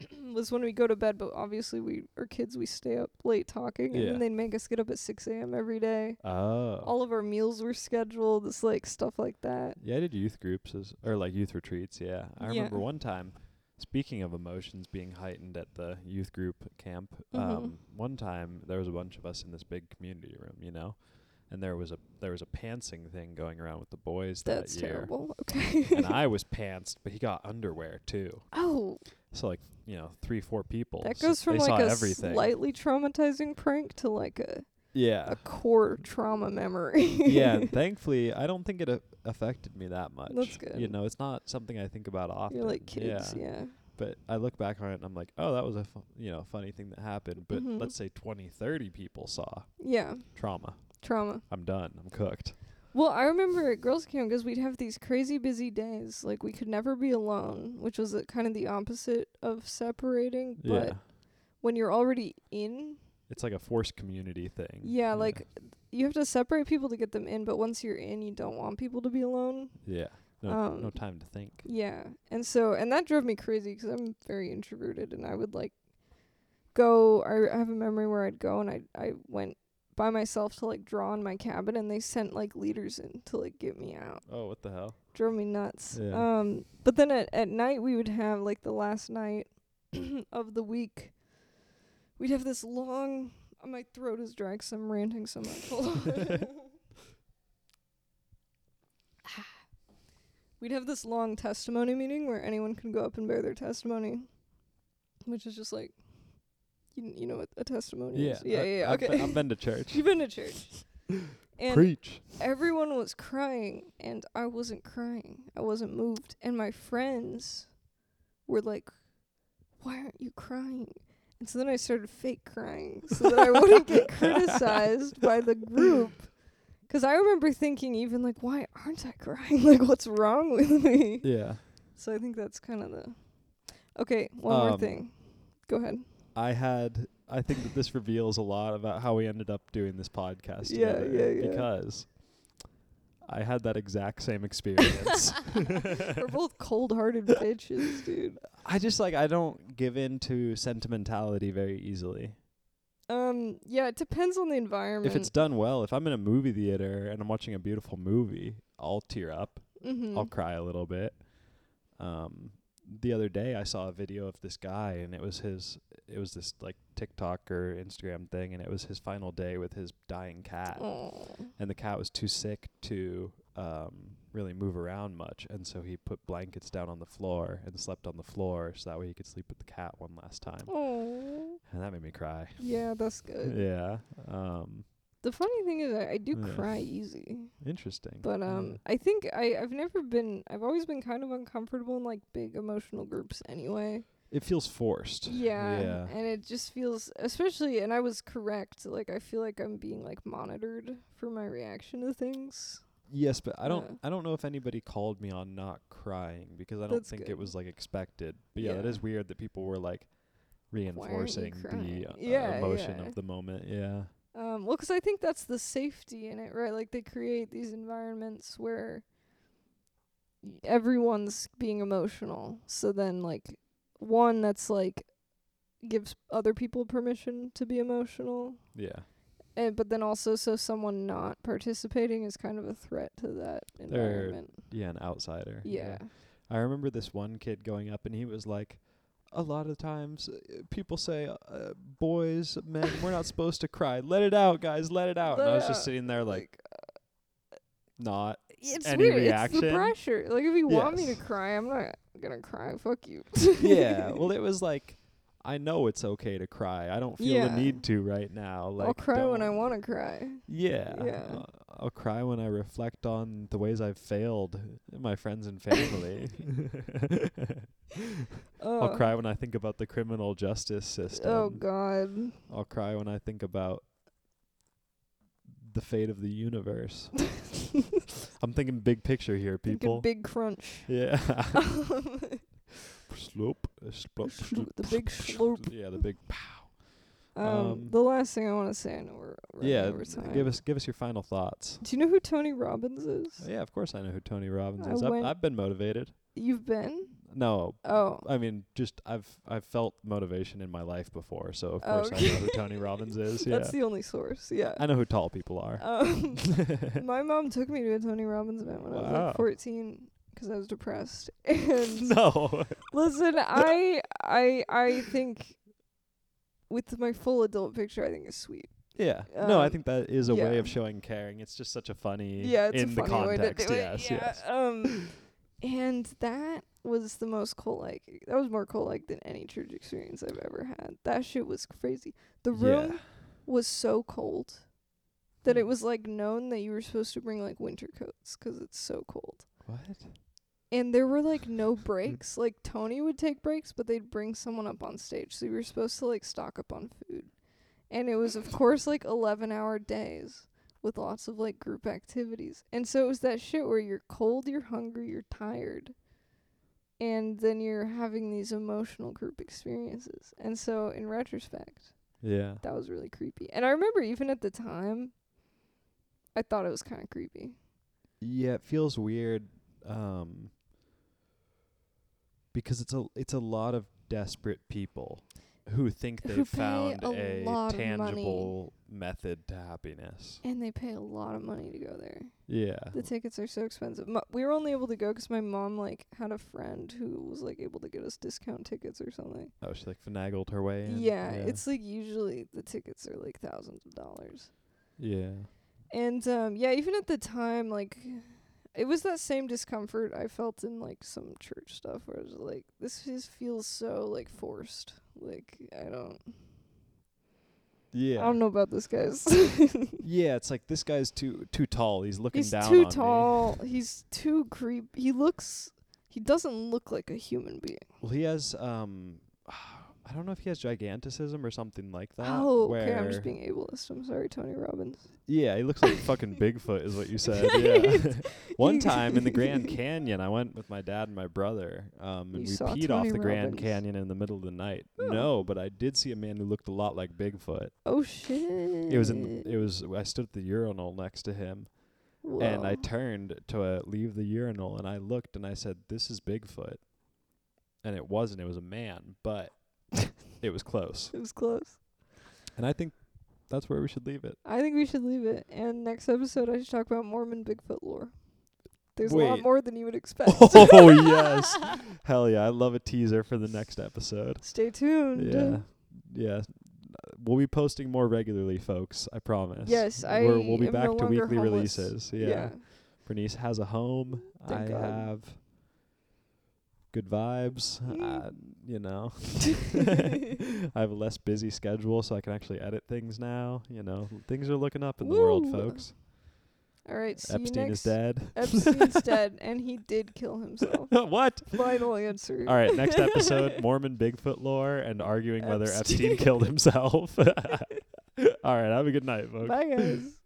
S2: was when we go to bed, but obviously we are kids, we stay up late talking, and
S1: Yeah.
S2: then they'd make us get up at 6 a.m. every day
S1: Oh.
S2: all of our meals were scheduled. It's like stuff like that.
S1: Yeah, I did youth groups as, or like youth retreats. Yeah, I
S2: Yeah.
S1: remember one time. Speaking of emotions being heightened at the youth group camp,
S2: Mhm.
S1: um, one time there was a bunch of us in this big community room, you know, and there was a there was a pantsing thing going around with the boys
S2: That's
S1: that year,
S2: terrible. Okay.
S1: and I was pantsed, but he got underwear too.
S2: oh,
S1: So like you know, three four people.
S2: that
S1: so
S2: goes from
S1: they saw
S2: like a
S1: everything.
S2: slightly traumatizing prank to like a,
S1: yeah,
S2: a core trauma memory.
S1: yeah. and thankfully, I don't think it a- affected me that much. You
S2: good.
S1: know, it's not something I think about often.
S2: You're like kids,
S1: yeah.
S2: yeah.
S1: but I look back on it and I'm like, oh, that was a fu- you know funny thing that happened. But
S2: Mhm.
S1: let's say 20, 30 people saw
S2: Yeah.
S1: trauma.
S2: Trauma.
S1: I'm done. I'm cooked.
S2: Well, I remember at girls' camp because we'd have these crazy busy days. Like we could never be alone, which was uh, kind of the opposite of separating. But
S1: yeah,
S2: when you're already in
S1: it's like a forced community thing.
S2: Yeah, like you have to separate people to get them in, but once you're in, you don't want people to be alone.
S1: yeah, no,
S2: um,
S1: no time to think.
S2: Yeah. And so, and that drove me crazy 'cause I'm very introverted and I would like go. I I have a memory where I'd go and I I went by myself to like draw in my cabin and they sent like leaders in to like get me out.
S1: Oh, what the hell?
S2: Drove me nuts.
S1: Yeah.
S2: Um but then at at night we would have like the last night of the week we'd have this long oh, my throat is dry 'cause I'm ranting so much. Hold on. We'd have this long testimony meeting where anyone could go up and bear their testimony, which is just like, you, you know what a testimony
S1: Yeah,
S2: is? Yeah,
S1: I,
S2: yeah, yeah.
S1: I've,
S2: Okay.
S1: been, I've been to church.
S2: You've been to church. And
S1: Preach.
S2: everyone was crying, and I wasn't crying. I wasn't moved. And my friends were like, Why aren't you crying? And so then I started fake crying so that I wouldn't get criticized by the group. 'Cause I remember thinking, even like, Why aren't I crying? Like, what's wrong with me?
S1: Yeah,
S2: So I think that's kind of the. Okay, one more
S1: Um,
S2: thing. Go ahead.
S1: I had. I think that this reveals a lot about how we ended up doing this podcast
S2: Yeah,
S1: together.
S2: yeah, yeah.
S1: Because I had that exact same experience.
S2: We're both cold-hearted bitches, dude.
S1: I just like I don't give in to sentimentality very easily.
S2: Um, yeah, it depends on the environment.
S1: If it's done well, if I'm in a movie theater and I'm watching a beautiful movie, I'll tear up.
S2: mm-hmm.
S1: I'll cry a little bit. Um, the other day I saw a video of this guy, and it was his. It was this like TikTok or Instagram thing, and it was his final day with his dying cat, and the cat was too sick to um, really move around much, and so he put blankets down on the floor and slept on the floor, so that way he could sleep with the cat one last time,
S2: Oh, Uh.
S1: and that made me cry.
S2: yeah, that's good.
S1: Yeah, um,
S2: The funny thing is, I, I do
S1: Yeah.
S2: cry easy,
S1: interesting.
S2: but
S1: Yeah.
S2: um, I think I I've never been. I've always been kind of uncomfortable in like big emotional groups anyway.
S1: it feels forced.
S2: Yeah,
S1: yeah.
S2: and it just feels, especially, and I was correct. Like I feel like I'm being like monitored for my reaction to things.
S1: Yes, but I don't
S2: Yeah.
S1: I don't know if anybody called me on not crying because I don't
S2: That's
S1: think
S2: good.
S1: it was like expected. But yeah, that
S2: Yeah.
S1: is weird that people were like reinforcing
S2: crying?
S1: the uh,
S2: Yeah,
S1: emotion
S2: yeah.
S1: of the moment. Yeah.
S2: Um, well, 'cause I think that's the safety in it, right? Like they create these environments where y- everyone's being emotional. So then, like, one that's like gives other people permission to be emotional,
S1: Yeah.
S2: and but then also so someone not participating is kind of a threat to that environment.
S1: Yeah, an outsider.
S2: Yeah.
S1: I remember this one kid going up and he was like a lot of times uh, people say uh, boys, men, we're not supposed to cry. Let it out, guys, let it out. and
S2: Let
S1: I
S2: it
S1: was just
S2: out.
S1: sitting there like not
S2: It's
S1: Any
S2: weird. It's
S1: reaction?
S2: the pressure. Like if you want me to
S1: Yes.
S2: cry, I'm not gonna cry. Fuck you.
S1: yeah. Well, it was like, I know it's okay to cry. I don't feel
S2: Yeah.
S1: the need to right now. Like,
S2: I'll cry when I
S1: don't-
S2: want to cry.
S1: Yeah.
S2: Yeah.
S1: I'll, I'll cry when I reflect on the ways I've failed uh, my friends and family.
S2: Oh.
S1: I'll cry when I think about the criminal justice system.
S2: Oh God.
S1: I'll cry when I think about the fate of the universe. I'm thinking big picture here,
S2: Think of
S1: people.
S2: Big crunch.
S1: yeah.
S2: Um,
S1: slope. uh, slope,
S2: Sloop, the
S1: sloop,
S2: big slope.
S1: Yeah, the big Um,
S2: the last thing I want to say, I know we're running
S1: yeah,
S2: over time.
S1: give us give us your final thoughts.
S2: Do you know who Tony Robbins is?
S1: Yeah, of course I know who Tony Robbins
S2: I
S1: is. I've,
S2: went-
S1: I've been motivated.
S2: You've been?
S1: No,
S2: Oh,
S1: I mean just I've I've felt motivation in my life before, so of
S2: Oh,
S1: course I know who Tony Robbins is. Yeah,
S2: that's the only source. Yeah.
S1: I know who tall people are.
S2: Um, my mom took me to a Tony Robbins event when I was
S1: Wow.
S2: like 14 because I was depressed. And
S1: no,
S2: Listen, I I I think with my full adult picture, I think it's sweet.
S1: yeah, no, I
S2: Um,
S1: think that is a way
S2: yeah.
S1: of showing caring. It's just such a funny
S2: Yeah, it's
S1: in
S2: a
S1: the
S2: funny
S1: context.
S2: way to do
S1: yes,
S2: it. Yeah.
S1: yes,
S2: Um, and that was the most cult like. That was more cult like than any church experience I've ever had. That shit was crazy. The room
S1: Yeah.
S2: was so cold that it
S1: Hmm.
S2: was like known that you were supposed to bring like winter coats 'cause it's so cold.
S1: What?
S2: And there were like no breaks. like Tony would take breaks, but they'd bring someone up on stage. So you were supposed to like stock up on food. And it was of course like 11 hour days with lots of like group activities. And so it was that shit where you're cold, you're hungry, you're tired. And then you're having these emotional group experiences. And so in retrospect,
S1: Yeah.
S2: that was really creepy. And I remember even at the time I thought it was kind of creepy.
S1: Yeah, it feels weird um because it's a it's a lot of desperate people who think
S2: Who
S1: they've
S2: pay
S1: found
S2: a
S1: a,
S2: lot of money.
S1: tangible method to happiness.
S2: And they pay a lot of money to go there.
S1: Yeah.
S2: The tickets are so expensive. Mo- we were only able to go 'cause my mom like had a friend who was like able to get us discount tickets or something.
S1: Oh, she like finagled her way in.
S2: Yeah, it's like usually the tickets are like thousands of dollars.
S1: Yeah.
S2: And um yeah, even at the time like it was that same discomfort I felt in like some church stuff where I was like this is feels so like forced. Like I don't
S1: Yeah.
S2: I don't know about this guys.
S1: yeah, it's like this guy's too too tall. He's looking
S2: He's
S1: down
S2: too
S1: on me.
S2: tall. He's too creep. He looks he doesn't look like a human being.
S1: Well, he has um I don't know if he has giganticism or something like that.
S2: oh,
S1: where
S2: okay. I'm just being ableist. I'm sorry, Tony Robbins.
S1: Yeah, he looks like fucking Bigfoot, is what you said. Yeah. One time in the Grand Canyon, I went with my dad and my brother, um,
S2: You
S1: and we
S2: saw
S1: peed off
S2: Tony
S1: the Grand
S2: Robbins?
S1: Canyon in the middle of the night.
S2: Oh.
S1: No, but I did see a man who looked a lot like Bigfoot.
S2: Oh shit.
S1: It was in. It was. I stood at the urinal next to him, And I
S2: Whoa.
S1: turned to uh, leave the urinal and I looked and I said, This is Bigfoot. And it wasn't, it was a man, but it was close.
S2: it was close.
S1: And I think that's where we should leave it.
S2: I think we should leave it. And next episode, I should talk about Mormon Bigfoot lore. There's a lot
S1: Wait.
S2: more than you would expect.
S1: Oh, yes. Hell yeah. I love a teaser for the next episode.
S2: Stay tuned.
S1: Yeah. Yeah. We'll be posting more regularly, folks. I promise.
S2: Yes,
S1: We're, we'll be
S2: I am
S1: back
S2: no
S1: to
S2: longer
S1: weekly
S2: homeless.
S1: releases.
S2: Yeah.
S1: yeah. Bernice has a home.
S2: Thank
S1: I
S2: God.
S1: have good vibes.
S2: Mm.
S1: Uh, you know, I have a less busy schedule, so I can actually edit things now. You know, things are looking up in the world,
S2: Woo.
S1: folks.
S2: All right. See you
S1: Epstein
S2: next.
S1: is dead.
S2: Epstein's dead, and he did kill himself.
S1: what?
S2: Final answer.
S1: All right, next episode Mormon Bigfoot lore and arguing whether Epstein
S2: Epstein.
S1: killed himself. All right, have a good night, folks.
S2: Bye, guys.